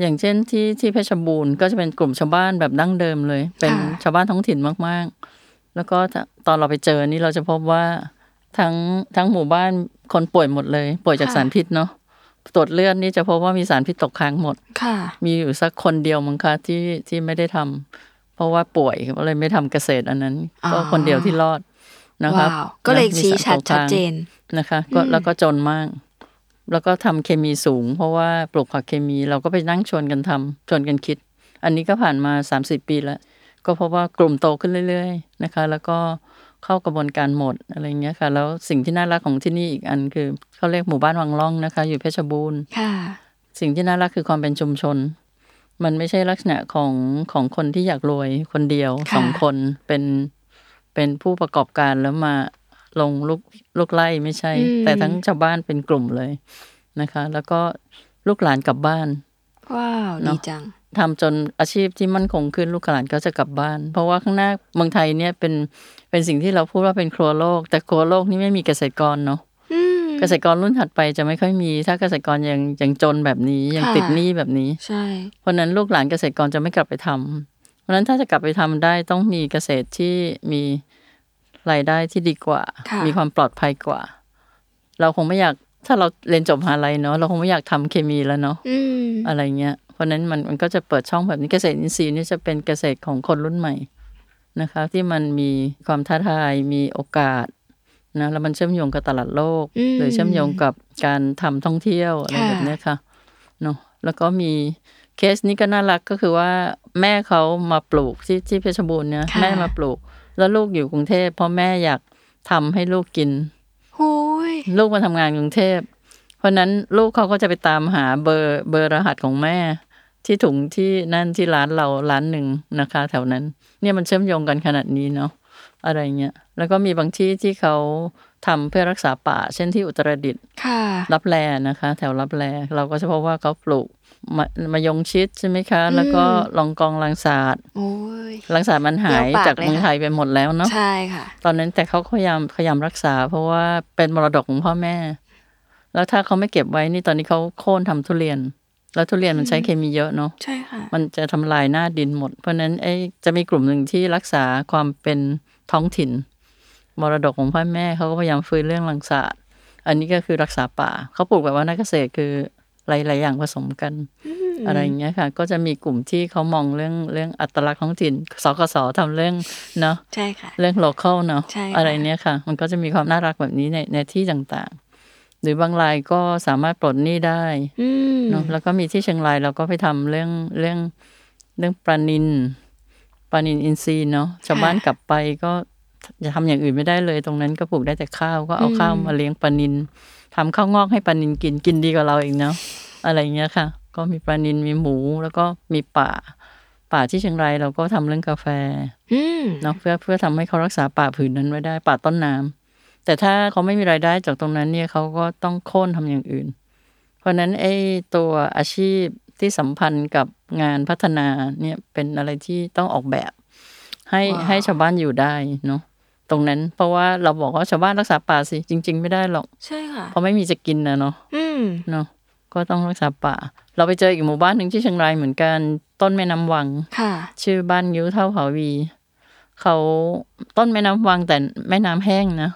อย่างเช่นที่ที่เพชรบูรณ์ก็จะเป็นกลุ่มชาวบ้านแบบดั้งเดิมเลย เป็นชาวบ้านท้องถิ่นมากๆ แล้วก็ถ้าตอนเราไปเจอนี่เราจะพบว่าทั้งทั้งหมู่บ้านคนป่วยหมดเลย ป่วยจากสารพิษเนาะตรวจเลือดนี่จะพบว่ามีสารพิษตกค้างหมด
ค่ะ
มีอยู่สักคนเดียวมั้งคะที่ที่ไม่ได้ทำเพราะว่าป่วยก็เลยไม่ทำเกษตรอันนั้น
อ๋อ
ก็คนเดียวที่รอดนะครับ
ว้าว ก็เลย
นะมี
ชี้
สา
ชั
ร
ด
ตก
ชัด
ค้าง
เจน
นะคะก็
อืม
แล้วก็จนมาก แล้วก็ทำเคมีสูง เพราะว่าปลูกผักเคมีเราก็ไปนั่งชวนกันทำชวนกันคิด อันนี้ก็ผ่านมา 30 ปีแล้ว ก็เพราะว่ากลุ่มโตขึ้นเรื่อยๆนะคะ แล้วก็เข้ากระบวนการหมดอะไรอย่างเงี้ยค่ะ แล้วสิ่งที่น่ารักของที่นี่อีกอันคือเขาเรียกหมู่บ้านวังล่องนะคะ อยู่เพชรบูรณ์
ค่ะ
สิ่งที่น่ารักคือความเป็นชุมชน มันไม่ใช่ลักษณะของของคนที่อยากรวยคนเดียว
ค่ะ
สองคนเป็นเป็นผู้ประกอบการแล้วมาลงลูกลูกไล่ไม่ใช่
อืม
แต่ทั้งชาวบ้านเป็นกลุ่มเลยนะคะ แล้วก็ลูกหลานกลับบ้าน
ว้าว
เน
ดี
อะ
จัง
ทำจนอาชีพที่มั่นคงขึ้นลูกหลานก็จะกลับบ้าน เพราะว่าข้างหน้าเมืองไทยเนี่ยเป็นเป็นสิ่งที่เราพูดว่าเป็นครัวโลก แต่ครัวโลกนี่ไม่มีเกษตรกรเนาะ
อืม
เกษตรกรรุ่นถัดไปจะไม่ค่อยมี ถ้าเกษตรกรยังยังจนแบบนี้ยัง
ค่ะ
ติดหนี้แบบนี้
ใช่
เพราะฉะนั้นลูกหลานเกษตรกรจะไม่กลับไปทำเพราะฉะนั้นถ้าจะกลับไปทำได้ต้องมีเกษตรที่มีรายได้ที่ดีกว่า
ค่ะ
มีความปลอดภัยกว่า เราคงไม่อยากถ้าเราเรียนจบมหาลัยเนาะเราคงไม่อยากทำเคมีแล้วเนาะ
อืม
อะไรเงี้ย เพราะฉะนั้นมันมันก็จะเปิดช่องแบบนี้เกษตรอินทรีย์เนี่ยจะเป็นเกษตรของคนรุ่นใหม่นะคะ ที่มันมีความท้าทายมีโอกาสนะแล้วมันเชื่อมโยงกับตลาดโลก
อืม
หรือเชื่อมโยงกับการทำท่องเที่ยวอะไรแบบเนี้ยค่ะเนาะแล้วก็มีเคสนี้ก็น่ารักก็คือว่าแม่เขามาปลูกที่ที่เพชรบูรณ์เนี่ย
ค่ะ
แม่มาปลูก แล้วลูกอยู่กรุงเทพเพราะแม่อยากทำให้ลูกกิน
หูย
ลูกมาทำงานกรุงเทพ เพราะฉะนั้นลูกเขาก็จะไปตามหาเบอร์เบอร์รหัสของแม่ ที่ถุงที่นั่นที่ร้านเราร้านหนึ่งนะคะ แถวนั้น เนี่ยมันเชื่อมโยงกันขนาดนี้เนาะอะไรเงี้ยแล้วก็มีบางที่ที่เขาทำเพื่อรักษาป่า เช่นที่อุตรดิตถ์
ค่ะ
รับแลนะคะ แถวรับแลเราก็จะพบว่าเขาปลูกมะมะยงชิดใช่ไหมคะ แล้วก็ลองกองลังสาด
โอ้ย
ลังสาดมันหาย
เปรี้ยวปาก
จาก
เลย
เมือง
ค่ะ
ไทยไปหมดแล้วเนาะ
ใช่ค่ะ
ตอนนั้นแต่เขาพยายามพยายามรักษา เพราะว่าเป็นมรดกของพ่อแม่ แล้วถ้าเขาไม่เก็บไว้นี่ตอนนี้เขาโค่นทำทุเรียน แล้วทุเรียนมันใช้เคมีเยอะเนาะ
ใช่ค่ะ
มันจะทำลายหน้าดินหมด เพราะฉะนั้นไอ้จะมีกลุ่มหนึ่งที่รักษาความเป็นท้องถิ่น มรดกของพ่อแม่เขาก็พยายามฟื้นเรื่องลังสาดอันนี้ก็คือรักษาป่าเขาปลูกแบบว่านักเกษตรคือหลาย ๆ อย่างผสมกัน อะไรอย่างเงี้ยค่ะ ก็จะมีกลุ่มที่เขามองเรื่องเรื่องอัตลักษณ์ท้องถิ่นสกสทำเรื่องเนาะ
ใช่ค่ะ
เรื่อง local เนอะ
ใช่ค่ะ
อะไรเนี้ยค่ะ มันก็จะมีความน่ารักแบบนี้ในในที่ต่างๆ หรือบางรายก็สามารถปลดหนี้ได้
อืม
เนอะแล้วก็มีที่เชียงรายเราก็ไปทำเรื่องเรื่องเรื่องปลานินปลานินอินทรีย์เนาะชาวบ้านกลับไปก็จะทำอย่างอื่นไม่ได้เลย ตรงนั้นก็ปลูกได้แต่ข้าวก็เอา
อืม
ข้าวมาเลี้ยงปลานินทำข้าวงอกให้ปลานินกินกินดีกว่าเราเองเนาะอะไรเงี้ยค่ะ ก็มีปลานินมีหมูแล้วก็มีป่า ป่าที่เชียงรายเราก็ทำเรื่องกาแฟ
อืม
เนาะเพื่อเพื่อทำให้เขารักษาป่าผืนนั้นไว้ได้ป่าต้นน้ำแต่ถ้าเขาไม่มีรายได้จากตรงนั้นเนี่ยเขาก็ต้องโค่นทำอย่างอื่น เพราะฉะนั้นไอ้ตัวอาชีพที่สัมพันธ์กับงานพัฒนาเนี่ยเป็นอะไรที่ต้องออกแบบ ให้
ว้าว
ให้ชาวบ้านอยู่ได้เนาะตรงนั้นเพราะว่าเราบอกว่าชาวบ้านรักษาป่าสิจริง ๆ ไม่ได้หรอก
ใช่ค่ะ
เพราะไม่มีจะกินนะเนาะ
อืม
เนาะก็ต้องรักษาป่า เราไปเจออีกหมู่บ้านหนึ่งที่เชียงรายเหมือนกันต้นแม่น้ำวัง
ค่ะ
ชื่อบ้านยิ้วเท่าผาวี เขาต้นแม่น้ำวังแต่แม่น้ำแห้งนะ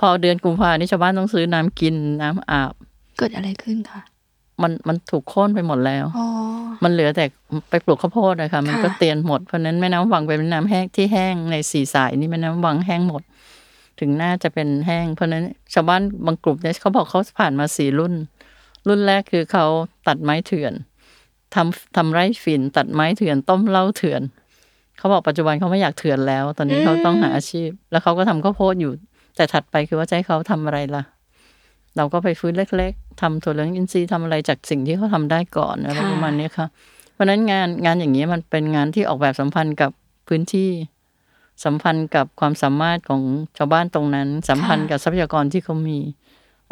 พอเดือนกุมภานี่ชาวบ้านต้องซื้อน้ำกินน้ำอาบ
เกิดอะไรขึ้นคะ
มันมันถูกโค่นไปหมดแล้ว
อ๋อ
มันเหลือแต่ไปปลูกข้าวโพดนะคะมันก็
ค่ะ
เตียนหมดเพราะฉะนั้นแม่น้ำวังเป็นแม่น้ำแห้งที่แห้งในสีสายนี่แม่น้ำวังแห้งหมด ถึงหน้าจะเป็นแห้ง เพราะฉะนั้นชาวบ้านบางกลุ่มเนี่ยเขาบอกเขาผ่านมาสี่รุ่น รุ่นแรกคือเขาตัดไม้เถื่อนทำทำไร่ฝิ่นตัดไม้เถื่อนต้มเหล้าเถื่อน เขาบอกปัจจุบันเขาไม่อยากเถื่อนแล้ว ตอนนี้เขาต้องหาอาชีพ แล้วเขาก็ทำข้าวโพดอยู่ แต่ถัดไปคือว่าจะให้เขาทำอะไรล่ะ เราก็ไปฟื้นเล็ก ๆทำถั่วเหลืองอินทรีย์ทำอะไรจากสิ่งที่เขาทำได้ก่อนอะไร
ค่ะ
ประมาณเนี้ยค่ะ เพราะฉะนั้นงานงานอย่างนี้ยมันเป็นงานที่ออกแบบสัมพันธ์กับพื้นที่ สัมพันธ์กับความสามารถของชาวบ้านตรงนั้น สัมพันธ์กับทรัพยากรที่เขามี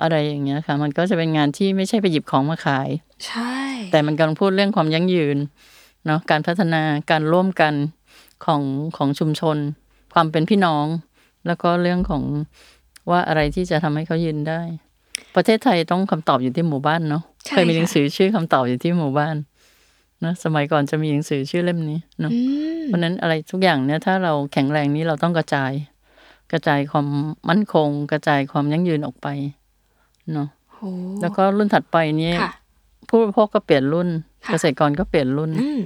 อะไรอย่างเงี้ยค่ะ มันก็จะเป็นงานที่ไม่ใช่ไปหยิบของมาขาย
ใช่
แต่มันกำลังพูดเรื่องความยั่งยืนเนาะการพัฒนาการร่วมกัน ของของชุมชน ความเป็นพี่น้อง แล้วก็เรื่องของว่าอะไรที่จะทำให้เขายืนได้ ประเทศไทยต้องคำตอบอยู่ที่หมู่บ้านเนาะ
ใช่
เคยมี
ค่ะ
หนังสือชื่อคำตอบอยู่ที่หมู่บ้านนะสมัยก่อนจะมีหนังสือชื่อเล่มนี้เนาะ
อืม
เพราะฉะนั้นอะไรทุกอย่างเนี่ยถ้าเราแข็งแรงนี้เราต้องกระจาย กระจายความมั่นคง กระจายความยั่งยืนออกไปเนาะ
โห
แล้วก็รุ่นถัดไปเนี่ย
ค่ะ
ผู้บริโภคก็เปลี่ยนรุ่น
ค่ะ
เกษตรกรก็เปลี่ยนรุ่น
อืม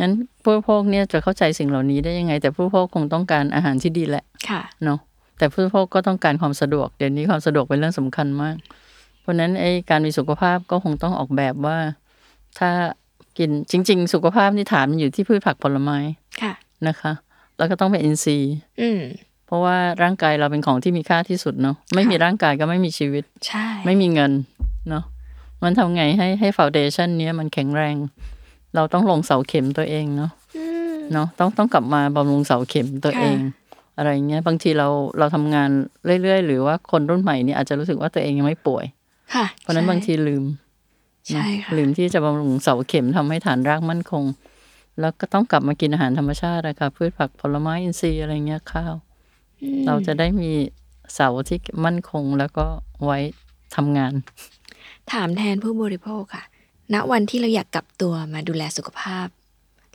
นั้นผู้บริโภคเนี่ยจะเข้าใจสิ่งเหล่านี้ได้ยังไง แต่ผู้บริโภคคงต้องการอาหารที่ดีแหละ
ค่ะ
เนาะแต่ผู้บริโภคก็ต้องการความสะดวกเดี๋ยวนี้ความสะดวกเป็นเรื่องสำคัญมาก เพราะฉะนั้นไอ้การมีสุขภาพก็คงต้องออกแบบว่า ถ้ากินจริง ๆ สุขภาพนี่ฐานมันอยู่ที่พืชผักผลไม้
ค่ะ
นะคะ แล้วก็ต้องเป็นอินทรีย์
อืม
เพราะว่าร่างกายเราเป็นของที่มีค่าที่สุดเนาะไม่มีร่างกายก็ไม่มีชีวิต
ใช่
ไม่มีเงินเนาะมันทำไงให้ให้ฟาวเดชันเนี้ยมันแข็งแรง เราต้องลงเสาเข็มตัวเองเนาะ
อืม
เนาะต้องต้องกลับมาบำรุงเสาเข็มตัวเอง อะไรเงี้ยบางทีเราเราทำงานเรื่อย ๆ หรือว่าคนรุ่นใหม่เนี่ยอาจจะรู้สึกว่าตัวเองยังไม่ป่วย
ค่ะ
เพราะฉะนั้น
ใช่
บางทีลืม
ใช่ค่ะ
ลืมที่จะบำรุงเสาเข็มทำให้ฐานรากมั่นคง แล้วก็ต้องกลับมากินอาหารธรรมชาตินะคะพืชผักผลไม้อินทรีย์อะไรเงี้ยข้าว
อืม
เราจะได้มีเสาที่มั่นคงแล้วก็ไว้ทำงาน
ถามแทนผู้บริโภคค่ะ ณ วันที่เราอยากกลับตัวมาดูแลสุขภาพ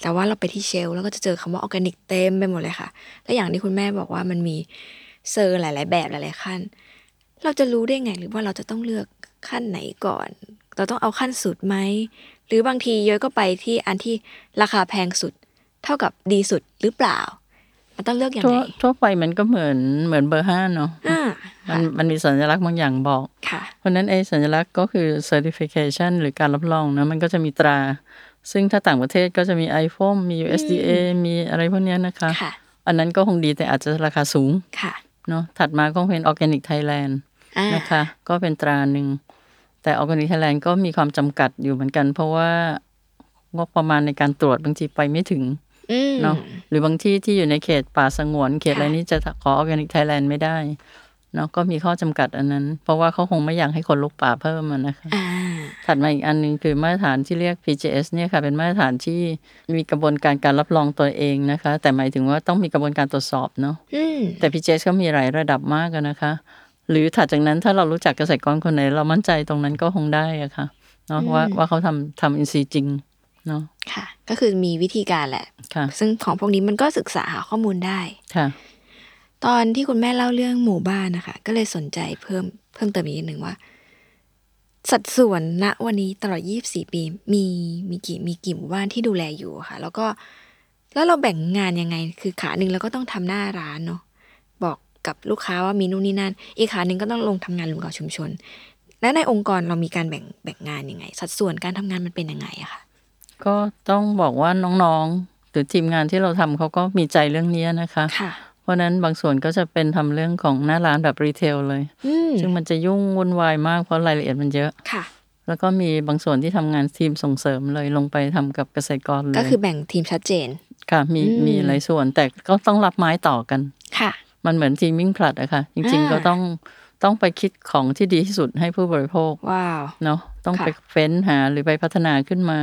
แต่ว่าเราไปที่เชลฟ์แล้วก็จะเจอคำว่าออร์แกนิกเต็มไปหมดเลยค่ะ และอย่างที่คุณแม่บอกว่ามันมีเซอร์หลาย ๆ แบบหลาย ๆ ขั้น เราจะรู้ได้ไงหรือว่าเราจะต้องเลือกขั้นไหนก่อน เราต้องเอาขั้นสุดไหม หรือบางทีเยอะก็ไปที่อันที่ราคาแพงสุด เท่ากับดีสุดหรือเปล่า มันต้องเลือกอย่าง
ทั่ว
ไร
ทั่วไปมันก็เหมือนเหมือนเบอร์ห้าเนาะ
อ่า
มันมันมีสัญลักษณ์บางอย่างบอก
ค่ะ
เพราะฉะนั้นไอ้สัญลักษณ์ก็คือ certification หรือการรับรองนะมันก็จะมีตรา ซึ่งถ้าต่างประเทศก็จะมี i p h o n e มี USDA มีอะไรพวกเนี้ยนะคะ
ค่ะ
อันนั้นก็คงดีแต่อาจจะราคาสูง
ค่ะ
เนาะถัดมาก็เป็นออร์แกนิกไทยแลนด์
อ่า
นะคะ ก็เป็นตราหนึ่ง แต่ออร์แกนิกไทยแลนด์ก็มีความจำกัดอยู่เหมือนกัน เพราะว่างบประมาณในการตรวจบางทีไปไม่ถึง
อืม
เนาะหรือบางที่ที่อยู่ในเขตป่าสงวน เขต
ค่ะ
อะไรนี้จะขอออร์แกนิกไทยแลนด์ไม่ได้เนาะก็มีข้อจำกัดอันนั้น เพราะว่าเขาคงไม่อยากให้คนลุกป่าเพิ่มอะนะคะ
อ่า
ถัดมาอีกอันหนึงคือมาตรฐานที่เรียก PGS เนี่ยค่ะเป็นมาตรฐานที่มีกระบวนการการรับรองตัวเองนะคะ แต่หมายถึงว่าต้องมีกระบวนการตรวจสอบเนาะ
อืม
แต่พีเจก็มีหลายระดับมากอะนะคะ หรือถัดจากนั้นถ้าเรารู้จักเกษตรกรคนไหน เรามั่นใจตรงนั้นก็คงได้อะค่ะเนาะ
อืม
ว่าว่าเขาทำทำอินซีจริงเนาะ
ค่ะ ก็คือมีวิธีการแหละ
ค่ะ
ซึ่งของพวกนี้มันก็ศึกษาหาข้อมูลได้
ค่ะ
ตอนที่คุณแม่เล่าเรื่องหมู่บ้านนะคะ ก็เลยสนใจเพิ่มเพิ่มเติมอีกนิดหนึ่งว่า สัดส่วนณวันนี้ตลอด 24 ปี มีมีกี่มีกี่หมู่บ้านที่ดูแลอยู่อะค่ะ แล้วก็ แล้วเราแบ่งงานยังไง คือขาหนึ่งเราก็ต้องทำหน้าร้านเนาะบอกกับลูกค้าว่ามีนู่นนี่นั่น อีกขาหนึ่งก็ต้องลงทำงานรวมกับชุมชน และในองค์กรเรามีการแบ่งแบ่งงานยังไง สัดส่วนการทำงานมันเป็นยังไงอะค่ะ
ก็ต้องบอกว่าน้องๆ หรือทีมงานที่เราทำเขาก็มีใจเรื่องนี้นะคะ
ค่ะ
เพราะฉะนั้นบางส่วนก็จะเป็นทำเรื่องของหน้าร้านแบบรีเทลเลย
อืม
ซึ่งมันจะยุ่งวุ่นวายมากเพราะรายละเอียดมันเยอะ
ค่ะ
แล้วก็มีบางส่วนที่ทำงานทีมส่งเสริมเลยลงไปทำกับเกษตรกรเล
ก็
ย
คือแบ่งทีมชัดเจน
ค่ะมี
อืม
มีหลายส่วนแต่ก็ต้องรับไม้ต่อกัน
ค่ะ
มันเหมือนทีมวิ่งผลัดอะค่ะ จริง
อ่า
ๆ ก็ต้องต้องไปคิดของที่ดีที่สุดให้ผู้บริโภค
ว้าว
เนาะต้อง
ค่ะ
ไปเฟ้นหาหรือไปพัฒนาขึ้นมา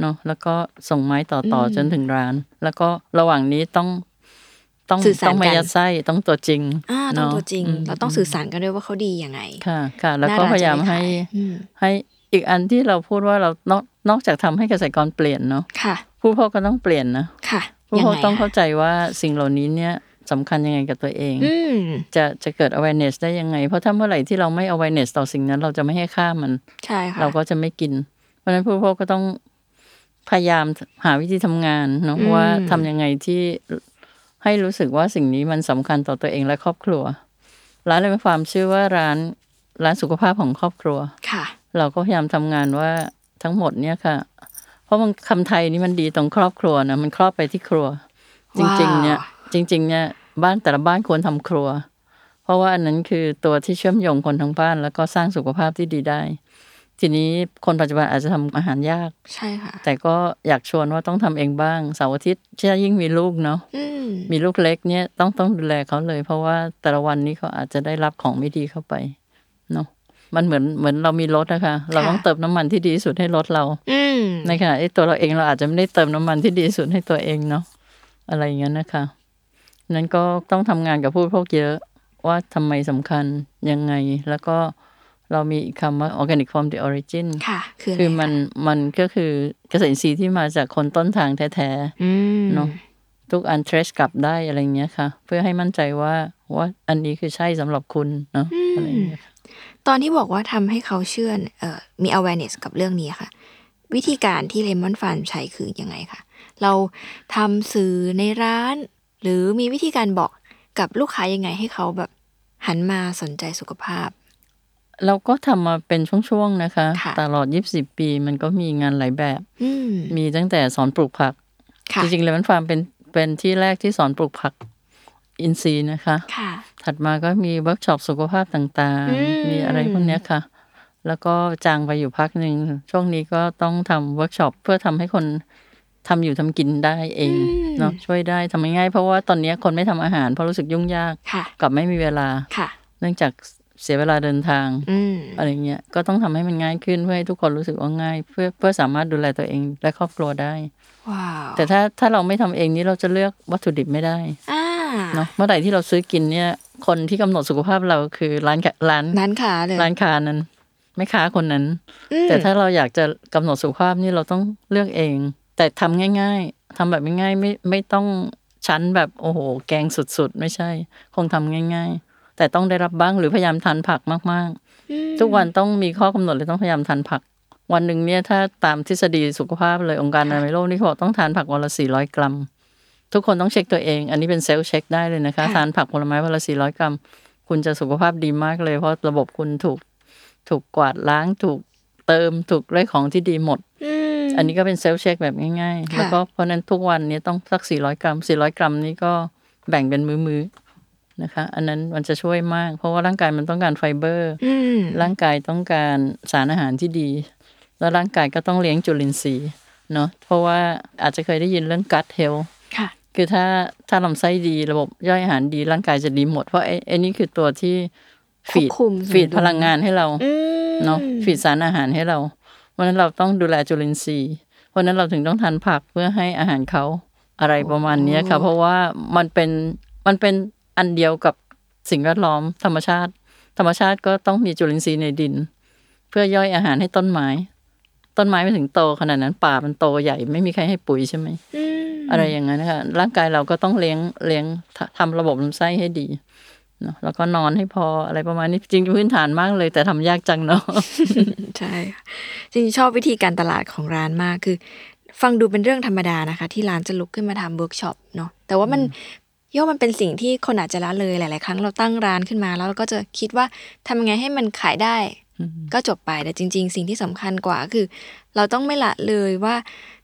เนาะแล้วก็ส่งไม้ต่อ
อืม
ๆจนถึงร้าน แล้วก็ระหว่างนี้ต้องต้อง
สื่อสาร
ต้องไม่
กัน
ยัดไส้ต้องตัวจริง
อ่าต้อง
เนะ
ตัวจริง
อืม
เราต้องสื่อสารกันด้วยว่าเขาดียังไง
ค่ะค่ะ แล้วก็
น่
พยายาม
จะได้
ให้
ขอืม
ให้อีกอันที่เราพูดว่าเรานอกนอกจากทำให้เกษตรกรเปลี่ยนเนาะ
ค่ะ
ผู้พ่อก็ต้องเปลี่ยนนะ
ค่ะ
ผู้
ยัง
พ่อ
ไง
ต้องเข้า
คะ
ใจว่าสิ่งเหล่านี้เนี่ยสำคัญยังไงกับตัวเอง
อืม
จะจะเกิด awareness ได้ยังไง เพราะถ้าเมื่อไหร่ที่เราไม่ awareness ต่อสิ่งนั้น เราจะไม่ให้ค่ามัน
ใช่ค่ะ
เราก็จะไม่กิน เพราะฉะนั้นผู้บริโภคก็ต้องพยายามหาวิธีทำงานเนาะ
อืม
ว่าทำยังไงที่ให้รู้สึกว่าสิ่งนี้มันสำคัญต่อตัวเองและครอบครัว ร้านเลยมีความชื่อว่าร้านร้านสุขภาพของครอบครัว
ค่ะ
เราก็พยายามทำงานว่าทั้งหมดเนี่ยค่ะ เพราะมันคำไทยนี่มันดีตรงครอบครัวนะมันครอบไปที่ครัว จริง ๆ เนี่ย
ว้า
จริง ๆ เนี่ย บ้านแต่ละบ้านควรทำครัว เพราะว่าอันนั้นคือตัวที่เชื่อมโยงคนทั้งบ้าน แล้วก็สร้างสุขภาพที่ดีได้ ทีนี้คนปัจจุบันอาจจะทำอาหารยาก
ใช่ค่ะ
แต่ก็อยากชวนว่าต้องทำเองบ้างเสาร์อาทิตย์ถ้ายิ่งมีลูกเนาะ
อืม
มีลูกเล็กเนี่ยต้องต้องดูแลเขาเลย เพราะว่าแต่ละวันนี้เขาอาจจะได้รับของไม่ดีเข้าไปเนาะมันเหมือนเหมือนเรามีรถนะคะเราต้องเติมน้ำมันที่ดีที่สุดให้รถเรา
อืม
ในขณะที่ตัวเราเองเราอาจจะไม่ได้เติมน้ำมันที่ดีที่สุดให้ตัวเองเนาะ อะไรอย่างนั้นนะคะ นั้นก็ต้องทำงานกับผู้บริโภคเยอะว่าทำไมสำคัญยังไง แล้วก็เรามีอีกคำว่า organic from the origin
ค่ะ คืออะไร
คือมันมันก็คือเกษตรอินทรีย์ที่มาจากคนต้นทางแท้
อืม
เนอะ ๆ ทุกอันเทรสกลับได้อะไรอย่างเงี้ยค่ะ เพื่อให้มั่นใจว่าว่าอันนี้คือใช่สำหรับคุณเนาะอะไรอย่างเงี้ยค่ะ
ตอนที่บอกว่าทำให้เขาเชื่อเอ่อมี awareness กับเรื่องนี้ค่ะ วิธีการที่เลมอนฟาร์มใช้คือยังไงคะเราทำสื่อในร้าน หรือมีวิธีการบอกกับลูกค้ายังไงให้เขาแบบหันมาสนใจสุขภาพ
เราก็ทำมาเป็นช่วงๆนะคะ
ค่ะ
ตลอด 20 ปีมันก็มีงานหลายแบบ
อืม
มีตั้งแต่สอนปลูกผัก
ค่ะ
จริงๆเลยมันฟาร์มเป็นเป็นที่แรกที่สอนปลูกผักอินทรีย์นะคะ
ค่ะ
ถัดมาก็มีเวิร์กช็อปสุขภาพต่าง
อืม
ๆ มีอะไรพวกเนี้ยค่ะ แล้วก็จางไปอยู่พักหนึ่ง ช่วงนี้ก็ต้องทำเวิร์กช็อปเพื่อทำให้คนทำอยู่ทำกินได้เองเนาะช่วยได้ทำง่ายๆเพราะว่าตอนเนี้ยคนไม่ทำอาหารเพราะรู้สึกยุ่งยาก
ค่ะ
กับไม่มีเวลา
ค่ะ
เนื่องจากเสียเวลาเดินทาง
อืม
อะไรเงี้ย ก็ต้องทำให้มันง่ายขึ้นเพื่อให้ทุกคนรู้สึกว่าง่าย เพื่อเพื่อสามารถดูแลตัวเองและครอบครัวได้
ว้าว
แต่ถ้าถ้าเราไม่ทำเองนี้เราจะเลือกวัตถุดิบไม่ได้
อ่า
เนาะเมื่อไหร่ที่เราซื้อกินเนี่ย คนที่กำหนดสุขภาพเราคือร้านร้าน
นั้นค่ะเลย
ร้านค้านั้นไม่ค้าคนนั้น
อืม
แต่ถ้าเราอยากจะกำหนดสุขภาพนี่เราต้องเลือกเอง แต่ทำง่ายๆทำแบบง่ายๆไม่ไม่ต้องชั้นแบบโอ้โห แกงสุดๆ ไม่ใช่ คงทำง่าย ๆ แต่ต้องได้รับบ้างหรือพยายามทานผักมาก
อืม
ๆ ทุกวันต้องมีข้อกำหนดเลยต้องพยายามทานผัก วันหนึ่งเนี่ยถ้าตามทฤษฎีสุขภาพเลยองค์การอนามัยโลกนี่เขาบอกต้องทานผักวันละ400 กรัม ทุกคนต้องเช็คตัวเอง อันนี้เป็นเซลล์เช็คได้เลยนะคะ ทานผักผลไม้วันละ400 กรัม คุณจะสุขภาพดีมากเลย เพราะระบบคุณถูกถูกกวาดล้างถูกเติมถูกด้วยของที่ดีหมด
อืม
อันนี้ก็เป็นเซลล์เช็คแบบง่ายๆ
ค่ะ
แล้วก็เพราะฉะนั้นทุกวันนี้ต้องสัก 400 กรัม 400 กรัมนี้ก็แบ่งเป็นมื้อๆนะคะ อันนั้นมันจะช่วยมาก เพราะว่าร่างกายมันต้องการไฟเบอร์
อืม
ร่างกายต้องการสารอาหารที่ดี แล้วร่างกายก็ต้องเลี้ยงจุลินทรีย์เนาะเพราะว่าอาจจะเคยได้ยินเรื่อง gut health
ค่ะ
คือถ้าถ้าลำไส้ดีระบบย่อยอาหารดีร่างกายจะดีหมด เพราะไอ้ไอ้นี่คือตัวที่ฟี
ควบ
ด
คุม
ฟี
ส
ด
มดุล
พลังงานให้เรา
อืม
เนาะฟีดสารอาหารให้เราเพราะฉะนั้นเราต้องดูแลจุลินทรีย์ เพราะฉะนั้นเราถึงต้องทานผักเพื่อให้อาหารเขาอะไรประมาณเนี้ยค่ะ เพราะว่ามันเป็นมันเป็นอันเดียวกับสิ่งแวดล้อมธรรมชาติ ธรรมชาติก็ต้องมีจุลินทรีย์ในดิน เพื่อย่อยอาหารให้ต้นไม้ ต้นไม้ไม่ถึงโตขนาดนั้นป่ามันโตใหญ่ไม่มีใครให้ปุ๋ยใช่ไหม
อืม
อะไรอย่างนั้นนะคะร่างกายเราก็ต้องเลี้ยงเลี้ยงทำทำระบบลำไส้ให้ดีเนาะแล้วก็นอนให้พออะไรประมาณนี้จริงๆพื้นฐานมากเลยแต่ทำยากจังเนาะ [laughs]
ใช่ค่ะจริงๆชอบวิธีการตลาดของร้านมากคือ ฟังดูเป็นเรื่องธรรมดานะคะ ที่ร้านจะลุกขึ้นมาทำเวิร์กช็อปเนาะแต่ว่ามันย่อมันเป็นสิ่งที่คนอาจจะละเลยหลาย ๆ ครั้งเราตั้งร้านขึ้นมาแล้วเราก็จะคิดว่าทำยังไงให้มันขายได้
อืม
ก็จบไปแต่จริง ๆ สิ่งที่สำคัญกว่าคือ เราต้องไม่ละเลยว่า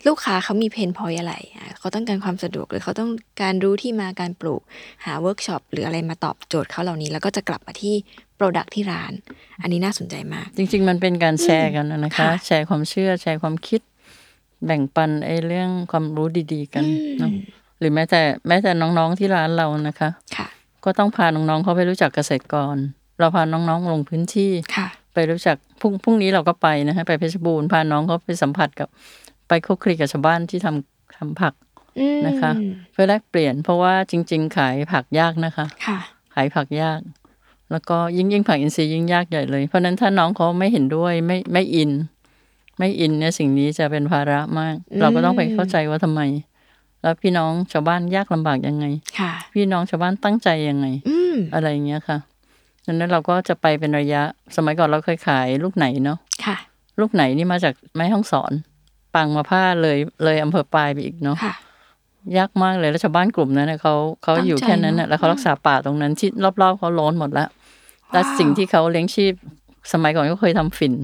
ลูกค้าเขามีเพนพอยอะไรอ่ะเขาต้องการความสะดวกหรือเขาต้องการรู้ที่มาการปลูก หาเวิร์กช็อปหรืออะไรมาตอบโจทย์เขาเหล่านี้ แล้วก็จะกลับมาที่โปรดักที่ร้าน อันนี้น่าสนใจมาก
จริง ๆ มันเป็นการแชร์กันนะนะคะ
ค่ะ
แชร์ความเชื่อแชร์ความคิด แบ่งปันไอ้เรื่องความรู้ดีๆ กันเนาะหรือแม้แต่แม้แต่น้องๆที่ร้านเรานะคะ
ค่ะ
ก็ต้องพาน้องๆเขาไปรู้จักเกษตรกร เราพาน้องๆลงพื้นที่
ค่ะ
ไปรู้จักพรุ่งพรุ่งนี้เราก็ไปนะฮะไปเพชรบูรณ์พาน้องเขาไปสัมผัสกับ ไปคลุกคลีกับชาวบ้านที่ทำทำผัก
อืม
นะคะ เพื่อแลกเปลี่ยนเพราะว่าจริง ๆ ขายผักยากนะคะ
ค่ะ
ขายผักยาก แล้วก็ยิ่งยิ่งผักอินทรีย์ยิ่งยากใหญ่เลย เพราะฉะนั้นถ้าน้องเขาไม่เห็นด้วยไม่ไม่อิน ไม่อินเนี่ยสิ่งนี้จะเป็นภาระมาก เราก็ต้องไปเข้าใจว่าทำไม แล้วพี่น้องชาวบ้านยากลำบากยังไง
ค่ะ
พี่น้องชาวบ้านตั้งใจยังไง
อืม
อะไรอย่างเงี้ยค่ะดังนั้นเราก็จะไปเป็นระยะ สมัยก่อนเราเคยขายลูกไหนเนาะ
ค่ะ
ลูกไหนนี่มาจากแม่ห้องสอน ปังมาผ้าเลยเลยอำเภอปลายไปอีกเนาะ
ค่ะ
ยากมากเลยแล้วชาวบ้านกลุ่มนั้นน่ะเขาเขา
ตั้งใจ
อยู่แค่นั้นน่ะ
เนอะ
แล้วเขารักษาป่าตรงนั้นที่รอบๆเขาโล้นหมดแล้วแล้ว
ว้าว
สิ่งที่เขาเลี้ยงชีพสมัยก่อนก็เคยทำฝิ่น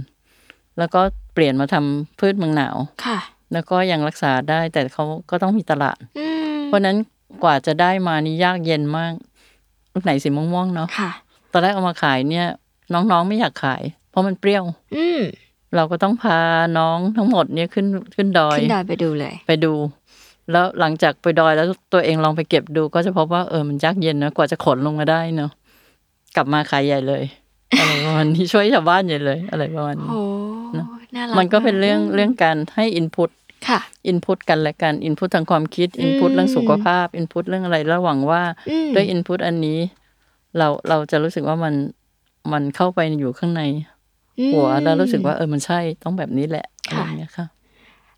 แล้วก็เปลี่ยนมาทำพืชเมืองหนาว
ค่ะ
แล้วก็ยังรักษาได้แต่เขาก็ต้องมีตลาด
อืม
เพราะฉะนั้นกว่าจะได้มานี่ยากเย็นมากลูกไหนสีม่วงๆเนาะ
ค่ะ
ตอนแรกเอามาขายเนี่ย น้องๆไม่อยากขาย เพราะมันเปรี้ยว
อืม
เราก็ต้องพาน้องทั้งหมดเนี่ยขึ้นขึ้นดอย
ขึ้นดอยไปดูเลย
ไปดู แล้วหลังจากไปดอยแล้วตัวเองลองไปเก็บดู ก็จะพบว่าเออมันยากเย็นนะกว่าจะขนลงมาได้เนาะกลับมาขายใหญ่เลย อะไรประมาณนี้ช่วยชาวบ้านใหญ่เลย อะไรประมาณ
โห
นี้ เนอะ
น่ารัก
มันก็เป็นเรื่อง
า
เรื่องการให้อินพุต
ค่ะ
อินพุตกันและกันอินพุตทางความคิดอินพุต
อืม
เรื่องสุขภาพอินพุตเรื่องอะไรแล้วหวังว่า
อืม
ด้วยอินพุตอันนี้ เราเราจะรู้สึกว่ามันมันเข้าไปอยู่ข้างใน หัว
อืม
แล้วรู้สึกว่าเออมันใช่ต้องแบบนี้แหละ
ค่ะ
อะไรอย่างเงี้ยค่ะ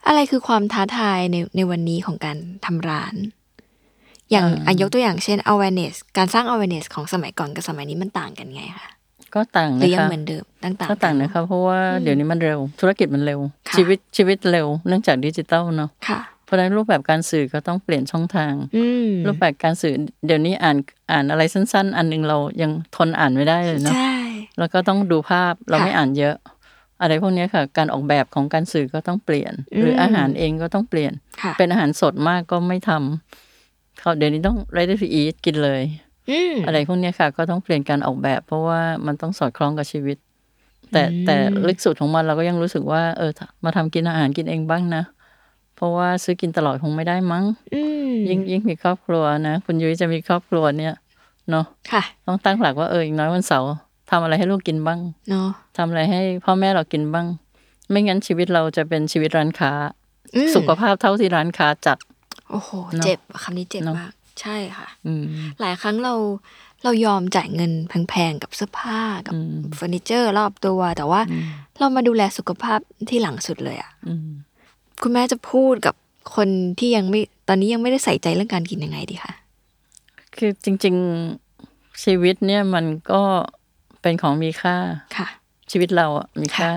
อะไรคือความท้าทายในในวันนี้ของการทำร้าน อย่าง
อ่า
อันยกตัวอย่างเช่น awareness การสร้าง awareness ของสมัยก่อนกับสมัยนี้มันต่างกันไงคะ
ก็ต่าง
หรื
นะ
อยัง
คะ
เหมือนเดิมต่างๆ
ก็ต่างนะคะเพราะว่า
อืม
เดี๋ยวนี้มันเร็ว ธุรกิจมันเร็ว
ค่ะ
ชีวิตชีวิตเร็วเนื่องจากดิจิตอลเนาะ
ค่ะ
เพราะฉะนั้นรูปแบบการสื่อก็ต้องเปลี่ยนช่องทาง
อืม
รูปแบบการสื่อเดี๋ยวนี้อ่านอ่านอะไรสั้น ๆ อันหนึงเรายังทนอ่านไม่ได้เลยเนาะ
ใช่
แล้วก็ต้องดูภาพเรา
ค่ะ
ไม่อ่านเยอะ อะไรพวกเนี้ยค่ะ การออกแบบของการสื่อก็ต้องเปลี่ยน หรืออ
ม
อาหารเองก็ต้องเปลี่ยน
ค่ะ
เป็นอาหารสดมากก็ไม่ทำเขาเดี๋ยวนี้ต้อง ready to eat กินเลย
อืม [laughs]
อะไรพวกเนี้ยค่ะ ก็ต้องเปลี่ยนการออกแบบ เพราะว่ามันต้องสอดคล้องกับชีวิต แต่
อืม
แต่ลึกสุดของมันเราก็ยังรู้สึกว่า เออ มาทำกินอาหารกินเองบ้างนะ เพราะว่าซื้อกินตลอดคงไม่ได้มั้ง
อืม
ยิ่งยิ่งมีครอบครัวนะ คุณยุ้ยจะมีครอบครัวเนี่ยเนาะ
ค่ะ
ต้องตั้งหลักว่าเอออย่างน้อยวันเสาร์ทำอะไรให้ลูกกินบ้าง
เนาะ
ทำอะไรให้พ่อแม่เรากินบ้าง ไม่งั้นชีวิตเราจะเป็นชีวิตร้านค้า
อืม
สุขภาพเท่าที่ร้านค้าจัด
โอ้โห
เนอะ
เจ็บคำนี้เจ็บ
เนอะ
มาก ใช่ค่ะ
อืม
หลายครั้งเราเรายอมจ่ายเงินแพงๆกับเสื้อผ้ากับ
อืม
เฟอร์นิเจอร์รอบตัว แต่ว่าเรามาดูแลสุขภาพที่หลังสุดเลยอะ
อืม
คุณแม่จะพูดกับคนที่ยังไม่ตอนนี้ยังไม่ได้ใส่ใจเรื่องการกินยังไงดีคะ
คือจริงๆชีวิตเนี่ยมันก็เป็นของมีค่า
ค่ะ
ชีวิตเราอะมีค่า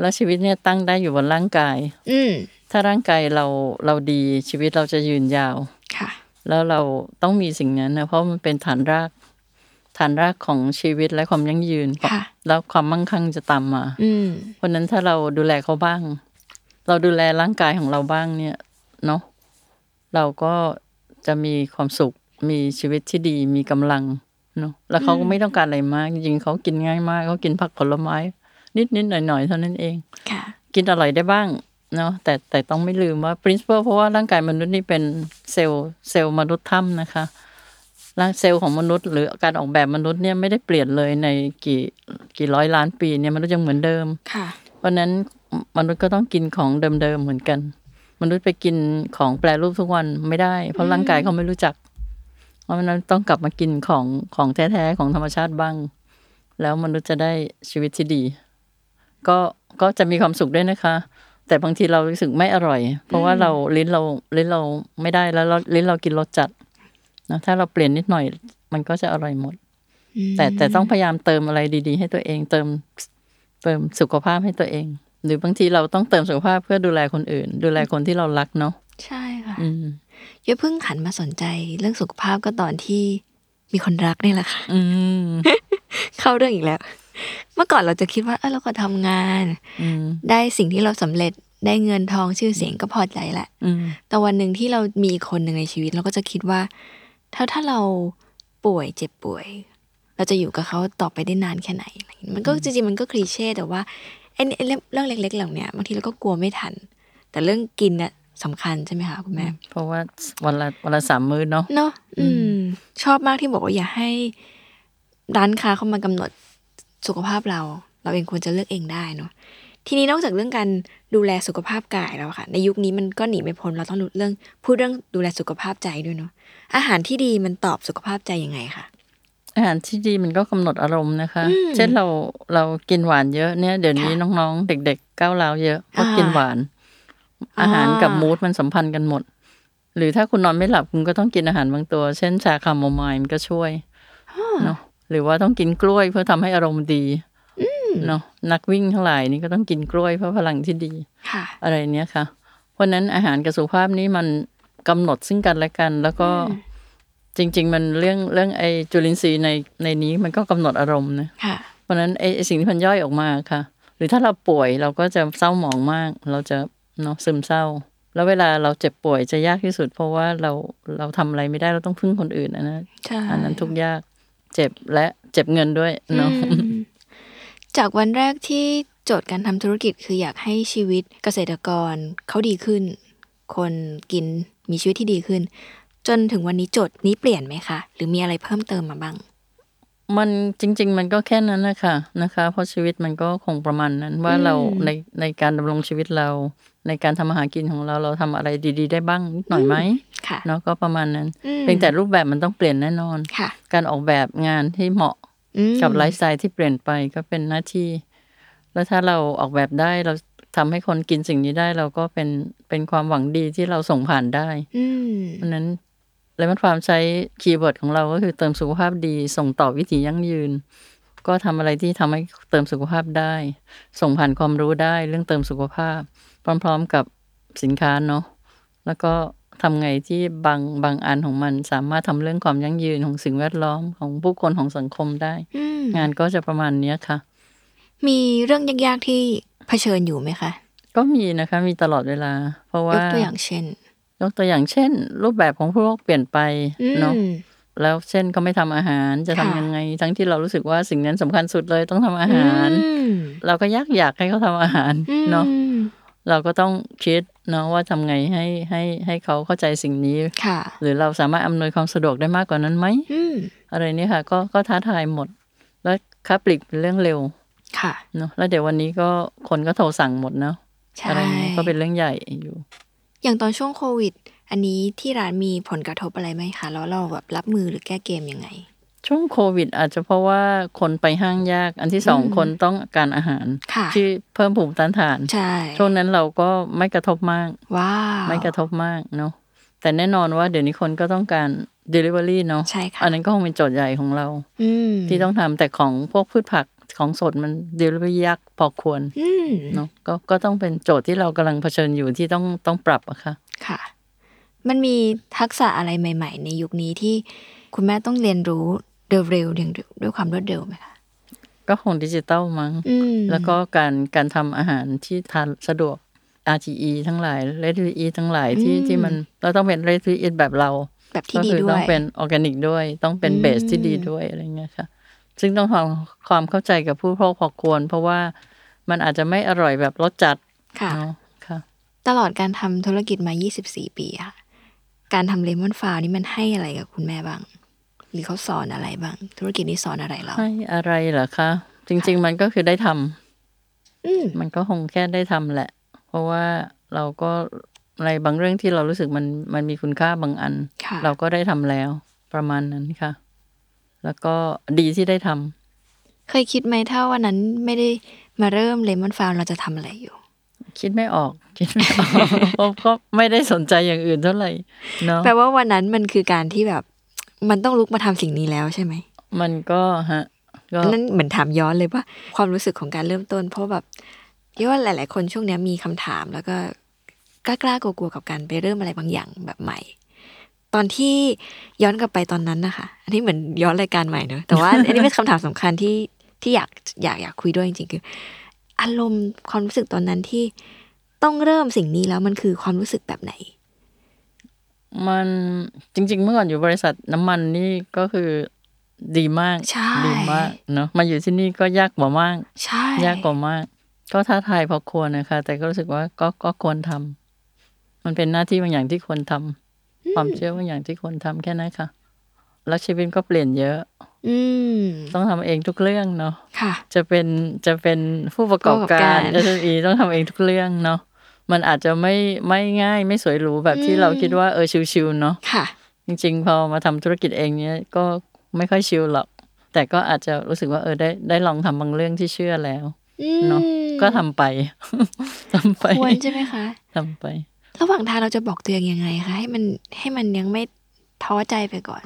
แล้วชีวิตเนี่ยตั้งได้อยู่บนร่างกาย
อืม
ถ้าร่างกายเราเราดีชีวิตเราจะยืนยาว
ค่ะ
แล้วเราต้องมีสิ่งนั้นนะเพราะมันเป็นฐานราก ฐานรากของชีวิตและความยั่งยืน
ค่ะ
แล้วความมั่งคั่งจะตามมา
อืม
เพราะฉะนั้นถ้าเราดูแลเขาบ้าง เราดูแลร่างกายของเราบ้างเนี่ยเนาะเราก็จะมีความสุข มีชีวิตที่ดีมีกำลังเนาะแล้วเขาก็ไม่ต้องการอะไรมาก จริงๆเขากินง่ายมากเขากินผักผลไม้ นิดนิดๆหน่อยหน่อยๆเท่านั้นเอง
ค่ะ
กินอร่อยได้บ้างเนาะแต่แต่ต้องไม่ลืมว่า principle เพราะว่าร่างกายมนุษย์นี่เป็นเซลล์เซลล์มนุษย์ถ้ำนะคะร่างเซลล์ของมนุษย์ หรือการออกแบบมนุษย์เนี่ยไม่ได้เปลี่ยนเลยในกี่กี่ร้อยล้านปีเนี่ยมนุษย์ยังเหมือนเดิม
ค่ะ
เพราะฉะนั้นมมนุษย์ก็ต้องกินของเดิมๆเหมือนกัน มนุษย์ไปกินของแปรรูปทุกวันไม่ได้ เพราะร่างกายเขาไม่รู้จัก เพราะฉะนั้นต้องกลับมากินของของแท้ๆของธรรมชาติบ้าง แล้วมนุษย์จะได้ชีวิตที่ดี ก็ก็จะมีความสุขด้วยนะคะ แต่บางทีเรารู้สึกไม่อร่อย เพราะว่าเราลิ้นเราลิ้นเราไม่ได้แล้วเราลิ้นเรากินรสจัดนะถ้าเราเปลี่ยนนิดหน่อย มันก็จะอร่อยหมด
อืม
แต่แต่ต้องพยายามเติมอะไรดี ๆ ให้ตัวเองเติมเติมสุขภาพให้ตัวเอง หรือบางทีเราต้องเติมสุขภาพเพื่อดูแลคนอื่น ดูแลคนที่เรารักเนาะ
ใช่ค่ะ
อืม
อย่าเพิ่งหันมาสนใจเรื่องสุขภาพก็ตอนที่มีคนรักนี่แหละค่ะ
อืม
เข้าเรื่องอีกแล้ว เมื่อก่อนเราจะคิดว่าเออเราก็ทำงาน
อืม
ได้สิ่งที่เราสำเร็จได้เงินทองชื่อเสียงก็พอใจละ
อืม
แต่วันหนึ่งที่เรามีอีกคนหนึ่งในชีวิตเราก็จะคิดว่า ถ้าถ้าเราป่วยเจ็บป่วย เราจะอยู่กับเขาต่อไปได้นานแค่ไหนอะไรอย่างเงี้ยมันก็จริงๆมันก็คลีเช่แต่ว่าไอ้นี่ไอ้เรื่องเรื่องเล็ก ๆ เหล่าเนี้ยบางทีเราก็กลัวไม่ทัน แต่เรื่องกินน่ะสำคัญใช่ไหมคะคุณแม่
เพราะว่าวันละวันละสามมื้อเนาะ
เนาะอืม ชอบมากที่บอกว่าอย่าให้ร้านค้าเข้ามากำหนดสุขภาพเรา เราเองควรจะเลือกเองได้เนาะทีนี้นอกจากเรื่องการดูแลสุขภาพกายแล้วค่ะ ในยุคนี้มันก็หนีไม่พ้นเราต้องรู้เรื่องพูดเรื่องดูแลสุขภาพใจด้วยเนาะอาหารที่ดีมันตอบสุขภาพใจยังไงคะ
อาหารที่ดีมันก็กำหนดอารมณ์นะคะ
อืม
เช่นเราเรากินหวานเยอะเนี่ยเดี๋ยวนี้
ค่ะ
น้องๆ เด็กๆก้าวร้าวเยอะเพราะ
อ่า
กินหวาน
อ่า
อาหารกับมูดมันสัมพันธ์กันหมด หรือถ้าคุณนอนไม่หลับคุณก็ต้องกินอาหารบางตัว เช่นชาคาโมไมล์มันก็ช่วย เนาะหรือว่าต้องกินกล้วยเพื่อทำให้อารมณ์ดีเนาะนักวิ่งทั้งหลายนี่ก็ต้องกินกล้วยเพื่อพลังที่ดี
ค่ะ
อะไรเนี้ยค่ะ เพราะฉะนั้นอาหารกับสุขภาพนี่มันกำหนดซึ่งกันและกัน แล้วก็จริง ๆ มันเรื่องเรื่องไอจุลินทรีย์ในในนี้มันก็กำหนดอารมณ์นะ
ค่ะ
เพราะฉะนั้นไอไอ้สิ่งที่มันย่อยออกมาค่ะ หรือถ้าเราป่วยเราก็จะเศร้าหมองมาก เราจะเนาะซึมเศร้า แล้วเวลาเราเจ็บป่วยจะยากที่สุด เพราะว่าเราเราทำอะไรไม่ได้เราต้องพึ่งคนอื่นอันนั้น
ใช่
อันนั้นทุกข์ยากเจ็บและเจ็บเงินด้วยเนาะ
อืมจากวันแรกที่โจทย์การทำธุรกิจคืออยากให้ชีวิตเกษตรกรเขาดีขึ้น คนกินมีชีวิตที่ดีขึ้น จนถึงวันนี้โจทย์นี้เปลี่ยนไหมคะ หรือมีอะไรเพิ่มเติมมาบ้าง
มันจริง ๆ มันก็แค่นั้นนะคะนะคะ เพราะชีวิตมันก็คงประมาณนั้นว่าเรา
อืม
ในในการดำรงชีวิตเรา ในการทำมาหากินของเราเราทำอะไรดี ๆ ได้บ้างนิดหน่อยไหม
ค่ะ
เนาะก็ประมาณนั้น
อืม
เพียงแต่รูปแบบมันต้องเปลี่ยนแน่นอน
ค่ะ
การออกแบบงานที่เหมาะ
อืม
กับไลฟ์สไตล์ที่เปลี่ยนไปก็เป็นหน้าที่ แล้วถ้าเราออกแบบได้เราทำให้คนกินสิ่งนี้ได้ เราก็เป็นเป็นความหวังดีที่เราส่งผ่านได้
อืม
เพราะฉะนั้นเลมอนฟาร์มใช้คีย์เวิร์ดของเราก็คือเติมสุขภาพดี ส่งต่อวิถียั่งยืน ก็ทำอะไรที่ทำให้เติมสุขภาพได้ ส่งผ่านความรู้ได้เรื่องเติมสุขภาพ พร้อมๆกับสินค้าเนาะแล้วก็ทำไงที่บางบางอันของมันสามารถทำเรื่องความยั่งยืนของสิ่งแวดล้อมของผู้คนของสังคมได้
อืม
งานก็จะประมาณเนี้ยค่ะ
มีเรื่องยากๆที่เผชิญอยู่ไหมคะ
ก็มีนะคะมีตลอดเวลา เพราะ
ย
ว่าย
กตัวอย่างเช่น
ยกตัวอย่างเช่น รูปแบบของผู้โลกเปลี่ยนไป
อืม
เนาะ แล้วเช่นเขาไม่ทำอาหารจะทำ
ค่ะ
ยังไง ทั้งที่เรารู้สึกว่าสิ่งนั้นสำคัญสุดเลยต้องทำอาหาร
อืม
เราก็ยักอยากให้เขาทำอาหารเนาะ
อืม
เราก็ต้องคิดเนาะว่าทำไงให้ให้ให้เขาเข้าใจสิ่งนี้
ค่ะ
หรือเราสามารถอำนวยความสะดวกได้มากกว่านั้นไหม
อืม
อะไรเนี่ยค่ะ ก็ก็ท้าทายหมด แล้วค้าปลีกเป็นเรื่องเร็ว
ค่ะ
เนาะแล้วเดี๋ยววันนี้ก็คนก็โทรสั่งหมดเนาะ
ใช่
อะไรอย่างนี้ก็เป็นเรื่องใหญ่อยู่
อย่างตอนช่วงโควิด อันนี้ที่ร้านมีผลกระทบอะไรไหมคะ แล้วเราแบบรับมือหรือแก้เกมยังไง
ช่วงโควิด อาจจะเพราะว่าคนไปห้างยาก อันที่สอง
อืม
คนต้องการอาหาร
ค่ะ
ที่เพิ่มภูมิต้านทาน
ใช่
ช่วงนั้นเราก็ไม่กระทบมาก
ว้าว
ไม่กระทบมากเนาะแต่แน่นอนว่าเดี๋ยวนี้คนก็ต้องการ Delivery เนาะ
ใช่ค่ะ
อันนั้นก็คงเป็นโจทย์ใหญ่ของเรา
อืม
ที่ต้องทำแต่ของพวกพืชผักของสดมัน Delivery ยากพอควร
อืม
เนาะก็ก็ต้องเป็นโจทย์ที่เรากำลังเผชิญอยู่ที่ต้องต้องปรับอะค่ะ
ค่ะ มันมีทักษะอะไรใหม่ ๆ ในยุคนี้ที่คุณแม่ต้องเรียนรู้เร็วๆอย่างด้วยความรวดเร็วไหมคะ
ก็คงดิจิตอลมั้ง
อืม
แล้วก็การการทำอาหารที่ทานสะดวก RTE ทั้งหลาย r e d e ทั้งหลายที่ที่มันเราต้องเป็น r e d e แบบเรา
แบบที่
ก็
ดี
คือ
ด้ว
ต้อง
ย
เป็นออร์แกนิกด้วย ต้องเป็น
อืม
เบสที่ดีด้วยอะไรเงี้ยค่ะ ซึ่งต้องทำความเข้าใจกับผู้พกพอควร เพราะว่ามันอาจจะไม่อร่อยแบบรสจัด
ค่ะ
เนาะค่ะ
ตลอดการทำธุรกิจมา 24 ปีอะค่ะการทำเลมอนฟาวนี่มันให้อะไรกับคุณแม่บ้าง หรือเขาสอนอะไรบ้าง ธุรกิจนี้สอนอะไรเรา
ให้อะไรเหรอคะ จริง ๆ มันก็คือได้ทำ
อืม
มันก็คงแค่ได้ทำแหละ เพราะว่าเราก็ในบางเรื่องที่เรารู้สึกมันมันมีคุณค่าบางอัน
ค่ะ
เราก็ได้ทำแล้วประมาณนั้นค่ะ แล้วก็ดีที่ได้ทำ
เคยคิดไหมถ้าวันนั้นไม่ได้มาเริ่มเลมอนฟาวเราจะทำอะไรอยู่
คิดไม่ออกคิดไม่ออก [laughs] เพราะก็ไม่ได้สนใจอย่างอื่นเท่าไหร่เนาะ
แปลว่าวันนั้นมันคือการที่แบบ มันต้องลุกมาทำสิ่งนี้แล้วใช่ไหม
มันก็ฮะก็
อันนั้นเหมือนถามย้อนเลยว่าความรู้สึกของการเริ่มต้น เพราะแบบเรียกว่าหลาย ๆ คนช่วงเนี้ยมีคำถามแล้วก็กล้าๆกลัวๆกับการไปเริ่มอะไรบางอย่างแบบใหม่ ตอนที่ย้อนกลับไปตอนนั้นนะคะอันนี้เหมือนย้อนรายการใหม่เนอะแต่ว่า อันนี้เป็นคำถามสำคัญที่ที่อยากอยากอยากคุยด้วยจริงๆคือ อารมณ์ความรู้สึกตอนนั้นที่ต้องเริ่มสิ่งนี้แล้วมันคือความรู้สึกแบบไหน
มันจริง ๆ เมื่อก่อนอยู่บริษัทน้ำมันนี่ก็คือดีมาก
ใช่
ดีมากเนาะมาอยู่ที่นี่ก็ยากกว่ามาก
ใช่
ยากกว่ามาก ก็ท้าทายพอควรนะคะ แต่ก็รู้สึกว่าก็ก็ควรทำมันเป็นหน้าที่บางอย่างที่ควรทำความเชื่อบางอย่างที่ควรทำแค่นั้นค่ะ แล้วชีวิตก็เปลี่ยนเยอะ
อืม
ต้องทำเองทุกเรื่องเนาะ
ค่ะ
จะเป็นจะเป็นผู้ประกอบ
ผู้ประกอบกา
การ ร SME ต้องทำเองทุกเรื่องเนาะมันอาจจะไม่ไม่ง่ายไม่สวยหรูแบบที่
อืม
เราคิดว่าเออชิวๆเนาะ
ค่ะ
จริง ๆ พอมาทำธุรกิจเองเนี้ยก็ไม่ค่อยชิวหรอก แต่ก็อาจจะรู้สึกว่าเออได้ได้ลองทำบางเรื่องที่เชื่อแล้ว เนอะ
อืม
ก็ทำไป [laughs] ทำไป
ควรใช่ไหมคะ
ทำไป
ระหว่างทางเราจะบอกตัวเองยังไงคะให้มันให้มันยังไม่ท้อใจไปก่อน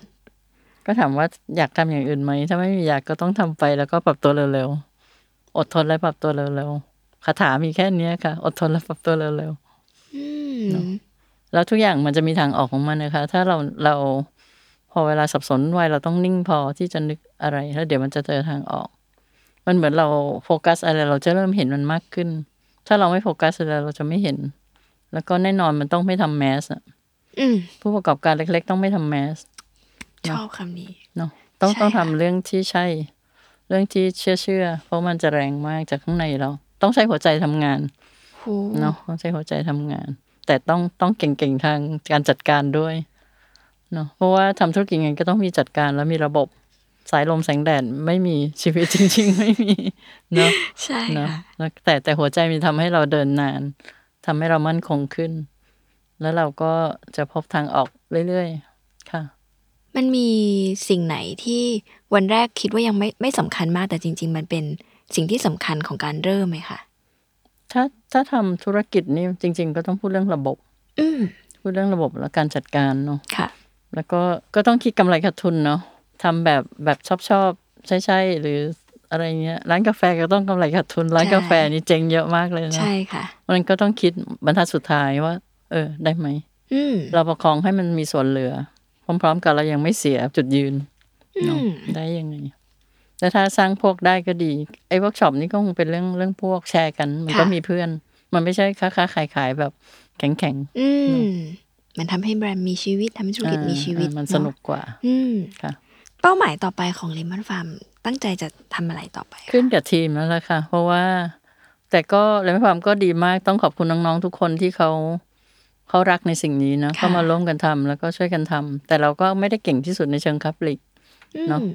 ก็ถามว่าอยากทำอย่างอื่นไหมถ้าไม่มีอยากก็ต้องทำไปแล้วก็ปรับตัวเร็วๆอดทนและปรับตัวเร็วๆคาถามีแค่เนี้ยค่ะ อดทนและปรับตัวเร็วๆ
อืม
แล้วทุกอย่างมันจะมีทางออกของมันนะคะ ถ้าเราเราพอเวลาสับสนไวเราต้องนิ่งพอที่จะนึกอะไร แล้วเดี๋ยวมันจะเจอทางออก มันเหมือนเราโฟกัสอะไรเราจะเริ่มเห็นมันมากขึ้น ถ้าเราไม่โฟกัสอะไรเราจะไม่เห็น แล้วก็แน่นอนมันต้องไม่ทำแมสอะ
อืม
ผู้ประกอบการเล็ก ๆ ต้องไม่ทำแมส
ชอบคำนี้
เนาะต้อง
ใช่
ต้องทำ
ค่ะ
เรื่องที่ใช่ เรื่องที่เชื่อเชื่อเพราะมันจะแรงมากจากข้างในเรา ต้องใช้หัวใจทำงาน
โห
เนาะต้องใช้หัวใจทำงาน แต่ต้องต้องเก่งๆทางการจัดการด้วยเนาะเพราะว่าทำธุรกิจไงก็ต้องมีจัดการแล้วมีระบบ สายลมแสงแดดไม่มีชีวิตจริง ๆ [laughs] ไม่มีเนาะ
ใช่
เนาะ
ค่ะ
แล้วแต่แต่หัวใจมีทำให้เราเดินนานทำให้เรามั่นคงขึ้น แล้วเราก็จะพบทางออกเรื่อยๆค่ะ
มันมีสิ่งไหนที่วันแรกคิดว่ายังไม่ไม่สำคัญมากแต่จริง ๆ มันเป็นสิ่งที่สำคัญของการเริ่มไหมคะ
ถ้าถ้าทำธุรกิจนี่จริง ๆ ก็ต้องพูดเรื่องระบบ
อืม
พูดเรื่องระบบและการจัดการเนาะ
ค่ะ
แล้วก็ก็ต้องคิดกำไรขาดทุนเนาะทำแบบแบบชอบชอบใช่ใช่ๆหรืออะไรเงี้ยร้านกาแฟก็ต้องกำไรขาดทุน ร้าน
ใช่
กาแฟนี่เจ๊งเยอะมากเลยนะ
ใช่ค่ะ
มันก็ต้องคิดบรรทัดสุดท้ายว่า เออ ได้ไหม
อืม
เราประคองให้มันมีส่วนเหลือ พร้อม ๆ กับเรายังไม่เสียจุดยืน
อื
เนาะ
ม
ได้ยังไงแต่ถ้าสร้างพวกได้ก็ดีไอ้เวิร์กช็อปนี่ก็คงเป็นเรื่องเรื่องพวกแชร์กัน มันก็มีเพื่อน มันไม่ใช่ค้าค้าขายขายๆแบบแข็งแข็ง
อืมมันทำให้แบรนด์มีชีวิตทำให้ธุรกิจมีชีวิต
มันสนุก
เอะ
กว่า
อืม
ค่ะ
เป้าหมายต่อไปของเลมอนฟาร์มตั้งใจจะทำอะไรต่อไปคะ
ขึ้นกับทีมแล้วล่ะค่ะ เพราะว่า แต่ก็เรนความก็ดีมากต้องขอบคุณน้องๆทุกคนที่เขาเขารักในสิ่งนี้นะเขามาร่วมกันทำแล้วก็ช่วยกันทำแต่เราก็ไม่ได้เก่งที่สุดในเชิงคับลิก
อื
เนอะ
ม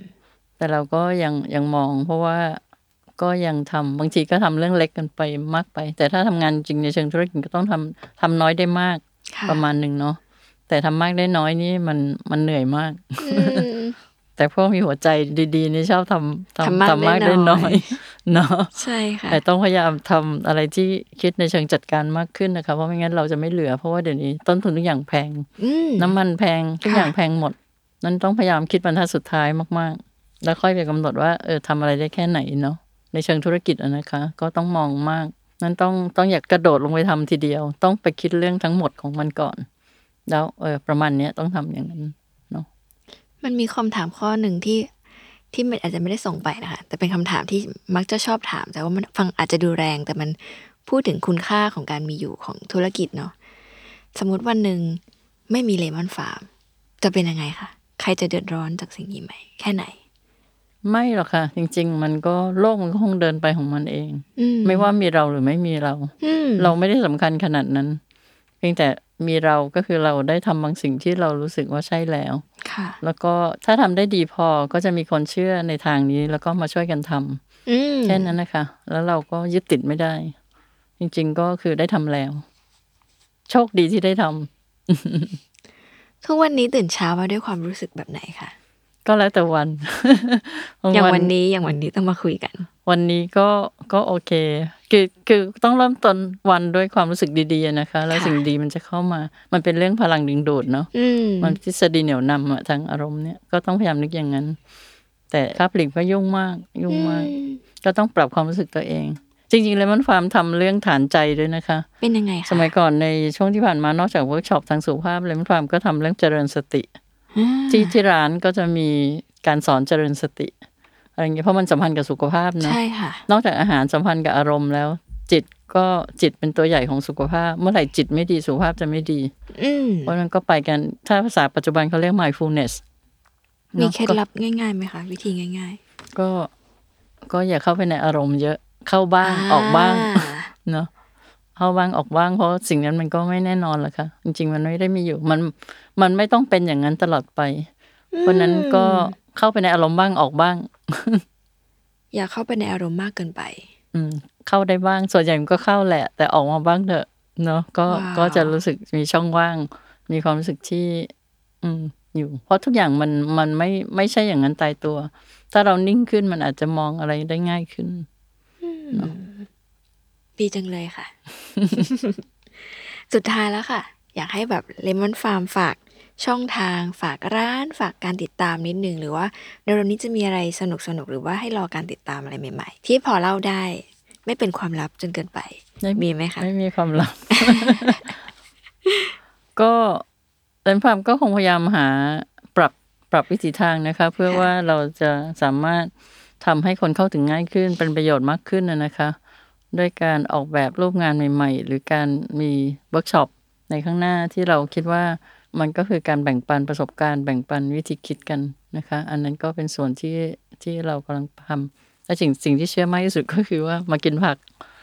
แต่เราก็ยังยังมอง เพราะว่าก็ยังทำบางทีก็ทำเรื่องเล็กกันไปมากไป แต่ถ้าทำงานจริงในเชิงธุรกิจก็ต้องทำทำน้อยได้มาก
ค่ะ
ประมาณหนึ่งเนาะแต่ทำมากได้น้อยนี่มันมันเหนื่อยมาก
อืม
แต่พวกมีหัวใจดีๆนี่ชอบทำทำ
ทำมาก
ทำมาก
ได้
ได้
น้
น้
อ
อย
[laughs]
ยเนาะ
ใช่ค่ะ
แต่ต้องพยายามทำอะไรที่คิดในเชิงจัดการมากขึ้นนะคะเพราะไม่งั้นเราจะไม่เหลือเพราะว่าเดี๋ยวนี้ต้นทุนทุกอย่างแพง
อืม
น้ำมันแพงทุก
ค่ะ
อย่างแพงหมด นั้นต้องพยายามคิดบรรทัดสุดท้ายมากๆ แล้วค่อยไปกำหนดว่าเออทำอะไรได้แค่ไหนเนาะในเชิงธุรกิจอะนะคะ ก็ต้องมองมาก นั้นต้องต้องอยากกระโดดลงไปทำทีเดียว ต้องไปคิดเรื่องทั้งหมดของมันก่อน แล้วเออประมาณเนี้ยต้องทำอย่างนั้น
มันมีคำถามข้อหนึ่งที่ที่มันอาจจะไม่ได้ส่งไปนะคะแต่เป็นคำถามที่มักจะชอบถาม แต่ว่ามันฟังอาจจะดูแรง แต่มันพูดถึงคุณค่าของการมีอยู่ของธุรกิจเนาะสมมติวันหนึ่งไม่มีเลมอนฟาร์มจะเป็นยังไงคะใครจะเดือดร้อนจากสิ่งนี้ไหมแค่ไหน
ไม่หรอกค่ะ จริง ๆ มันก็โลกมันก็คงเดินไปของมันเอง
อืม
ไม่ว่ามีเราหรือไม่มีเรา
อืม
เราไม่ได้สำคัญขนาดนั้น เพียงแต่มีเราก็คือเราได้ทำบางสิ่งที่เรารู้สึกว่าใช่แล้ว
ค่ะ
แล้วก็ถ้าทำได้ดีพอก็จะมีคนเชื่อในทางนี้ แล้วก็มาช่วยกันทำ
อืม
แค่นั้นนะคะ แล้วเราก็ยึดติดไม่ได้ จริง ๆ ก็คือได้ทำแล้ว โชคดีที่ได้ทำ
ทุกวันนี้ตื่นเช้ามาด้วยความรู้สึกแบบไหนคะ
ก็แล้วแต่วัน [laughs]
อย่างวันนี้อย่างวันนี้ต้องมาคุยกัน
วันนี้ก็ก็โอเค คือคือต้องเริ่มต้นวันด้วยความรู้สึกดีๆนะคะ แล้ว
ค่ะ
สิ่งดีมันจะเข้ามา มันเป็นเรื่องพลังดึงดูดเนาะ
อืม
มันทฤษฎีเหนี่ยวนำอะทางอารมณ์เนี่ยก็ต้องพยายามนึกอย่างนั้น แต่คาบลิกก็ยุ่งมาก ยุ่งมาก
อืม
ก็ต้องปรับความรู้สึกตัวเอง จริงๆ เลยมันฟาร์มทำเรื่องฐานใจด้วยนะคะ
เป็นยังไงคะ
สมัยก่อนในช่วงที่ผ่านมานอกจากเวิร์กช็อปทางสุขภาพเลยมันฟาร์มก็ทำเรื่องเจริญสติ
อ่า
ที่ที่ร้านก็จะมีการสอนเจริญสติอะไรอย่างเงี้ยเพราะมันสัมพันธ์กับสุขภาพเนอะ
ใช่ค่ะ
นอกจากอาหารสัมพันธ์กับอารมณ์แล้ว จิตก็จิตเป็นตัวใหญ่ของสุขภาพ เมื่อไหร่จิตไม่ดีสุขภาพจะไม่ดี
อืม
เพราะนั้นก็ไปกัน ถ้าภาษาปัจจุบันเขาเรียก mindfulness
มี
เนาะ
เคล็ด
ก็
ลับง่ายๆไหมคะ วิธีง่าย
ก็ก็อย่าเข้าไปในอารมณ์เยอะเข้า
ๆ
บ้างออกบ้าง
อ่
เนาะเข้าบ้างออกบ้างเพราะสิ่งนั้นมันก็ไม่แน่นอนหรอกค่ะ จริง ๆ มันไม่ได้มีอยู่ มันมันไม่ต้องเป็นอย่างนั้นตลอดไป เพราะนั้นก็เข้าไปในอารมณ์บ้างออกบ้าง
อย่าเข้าไปในอารมณ์มากเกินไป
อืมเข้าได้บ้างส่วนใหญ่มันก็เข้าแหละ แต่ออกมาบ้างเถอะเนาะก็
ว้าว
ก็จะรู้สึกมีช่องว่าง มีความรู้สึกที่ อืมอยู่ เพราะทุกอย่างมันมันไม่ไม่ใช่อย่างนั้นตายตัว ถ้าเรานิ่งขึ้นมันอาจจะมองอะไรได้ง่ายขึ้น
ดีจังเลย
[laughs]
ค่ะ สุดท้ายแล้วค่ะ อยากให้แบบเลมอนฟาร์มฝากช่องทาง ฝากร้าน ฝากการติดตามนิดนึง หรือว่าเร็วๆนี้จะมีอะไรสนุกๆ หรือว่าให้รอการติดตามอะไรใหม่ๆ ที่พอเล่าได้ ไม่เป็นความลับจนเกินไป
ได้
มีไหมคะ
ไม่มีความลับ [laughs] ก็เรนฟาร์มก็คงพยายามหาปรับปรับวิถีทางนะคะ เพื่อว่าเราจะสามารถทำให้คนเข้าถึงง่ายขึ้น เป็นประโยชน์มากขึ้นนะนะคะ ด้วยการออกแบบรูปงานใหม่ ๆ หรือการมีเวิร์กช็อปในข้างหน้าที่เราคิดว่ามันก็คือการแบ่งปันประสบการณ์แบ่งปันวิธีคิดกันนะคะ อันนั้นก็เป็นส่วนที่ที่เรากำลังทำและสิ่งสิ่งที่เชื่อมากที่สุดก็คือว่ามากินผัก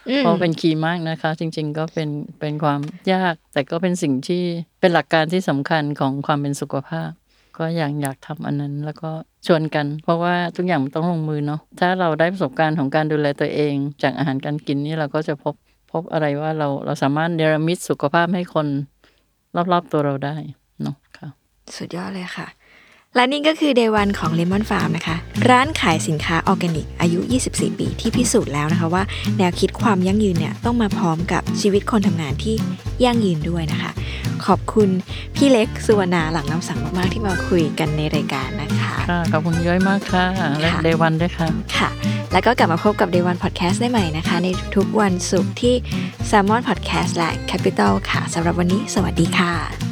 อืม
เพราะเป็นคีย์มากนะคะ จริง ๆ ก็เป็นเป็นความยาก แต่ก็เป็นสิ่งที่เป็นหลักการที่สำคัญของความเป็นสุขภาพ ก็อย่างอยากทำอันนั้น แล้วก็ชวนกัน เพราะว่าทุกอย่างมันต้องลงมือเนาะถ้าเราได้ประสบการณ์ของการดูแลตัวเอง จากอาหารการกินนี่เราก็จะพบพบอะไรว่าเราเราสามารถเนรมิตสุขภาพให้คนรอบๆตัวเราได้เนาะค่ะ
สุดยอดเลยค่ะ และนี่ก็คือ Day One ของ Lemon Farm นะคะ ร้านขายสินค้าออร์แกนิก อายุ 24 ปีที่พิสูจน์แล้วนะคะว่าแนวคิดความยั่งยืนเนี่ยต้องมาพร้อมกับชีวิตคนทำงานที่ยั่งยืนด้วยนะคะ ขอบคุณพี่เล็กสุวรรณาหลังน้ำสังมาก ๆ ที่มาคุยกันในรายการนะคะ
ค่ะขอบคุณย้อยมากค่ะและ
ค่ะ
เดวันด้วยค่ะ
ค่ะ แล้วก็กลับมาพบกับ Day One Podcast ได้ใหม่นะคะ ในทุกๆวันศุกร์ที่ Salmon Podcast และ Capital ค่ะสำหรับวันนี้ สวัสดีค่ะ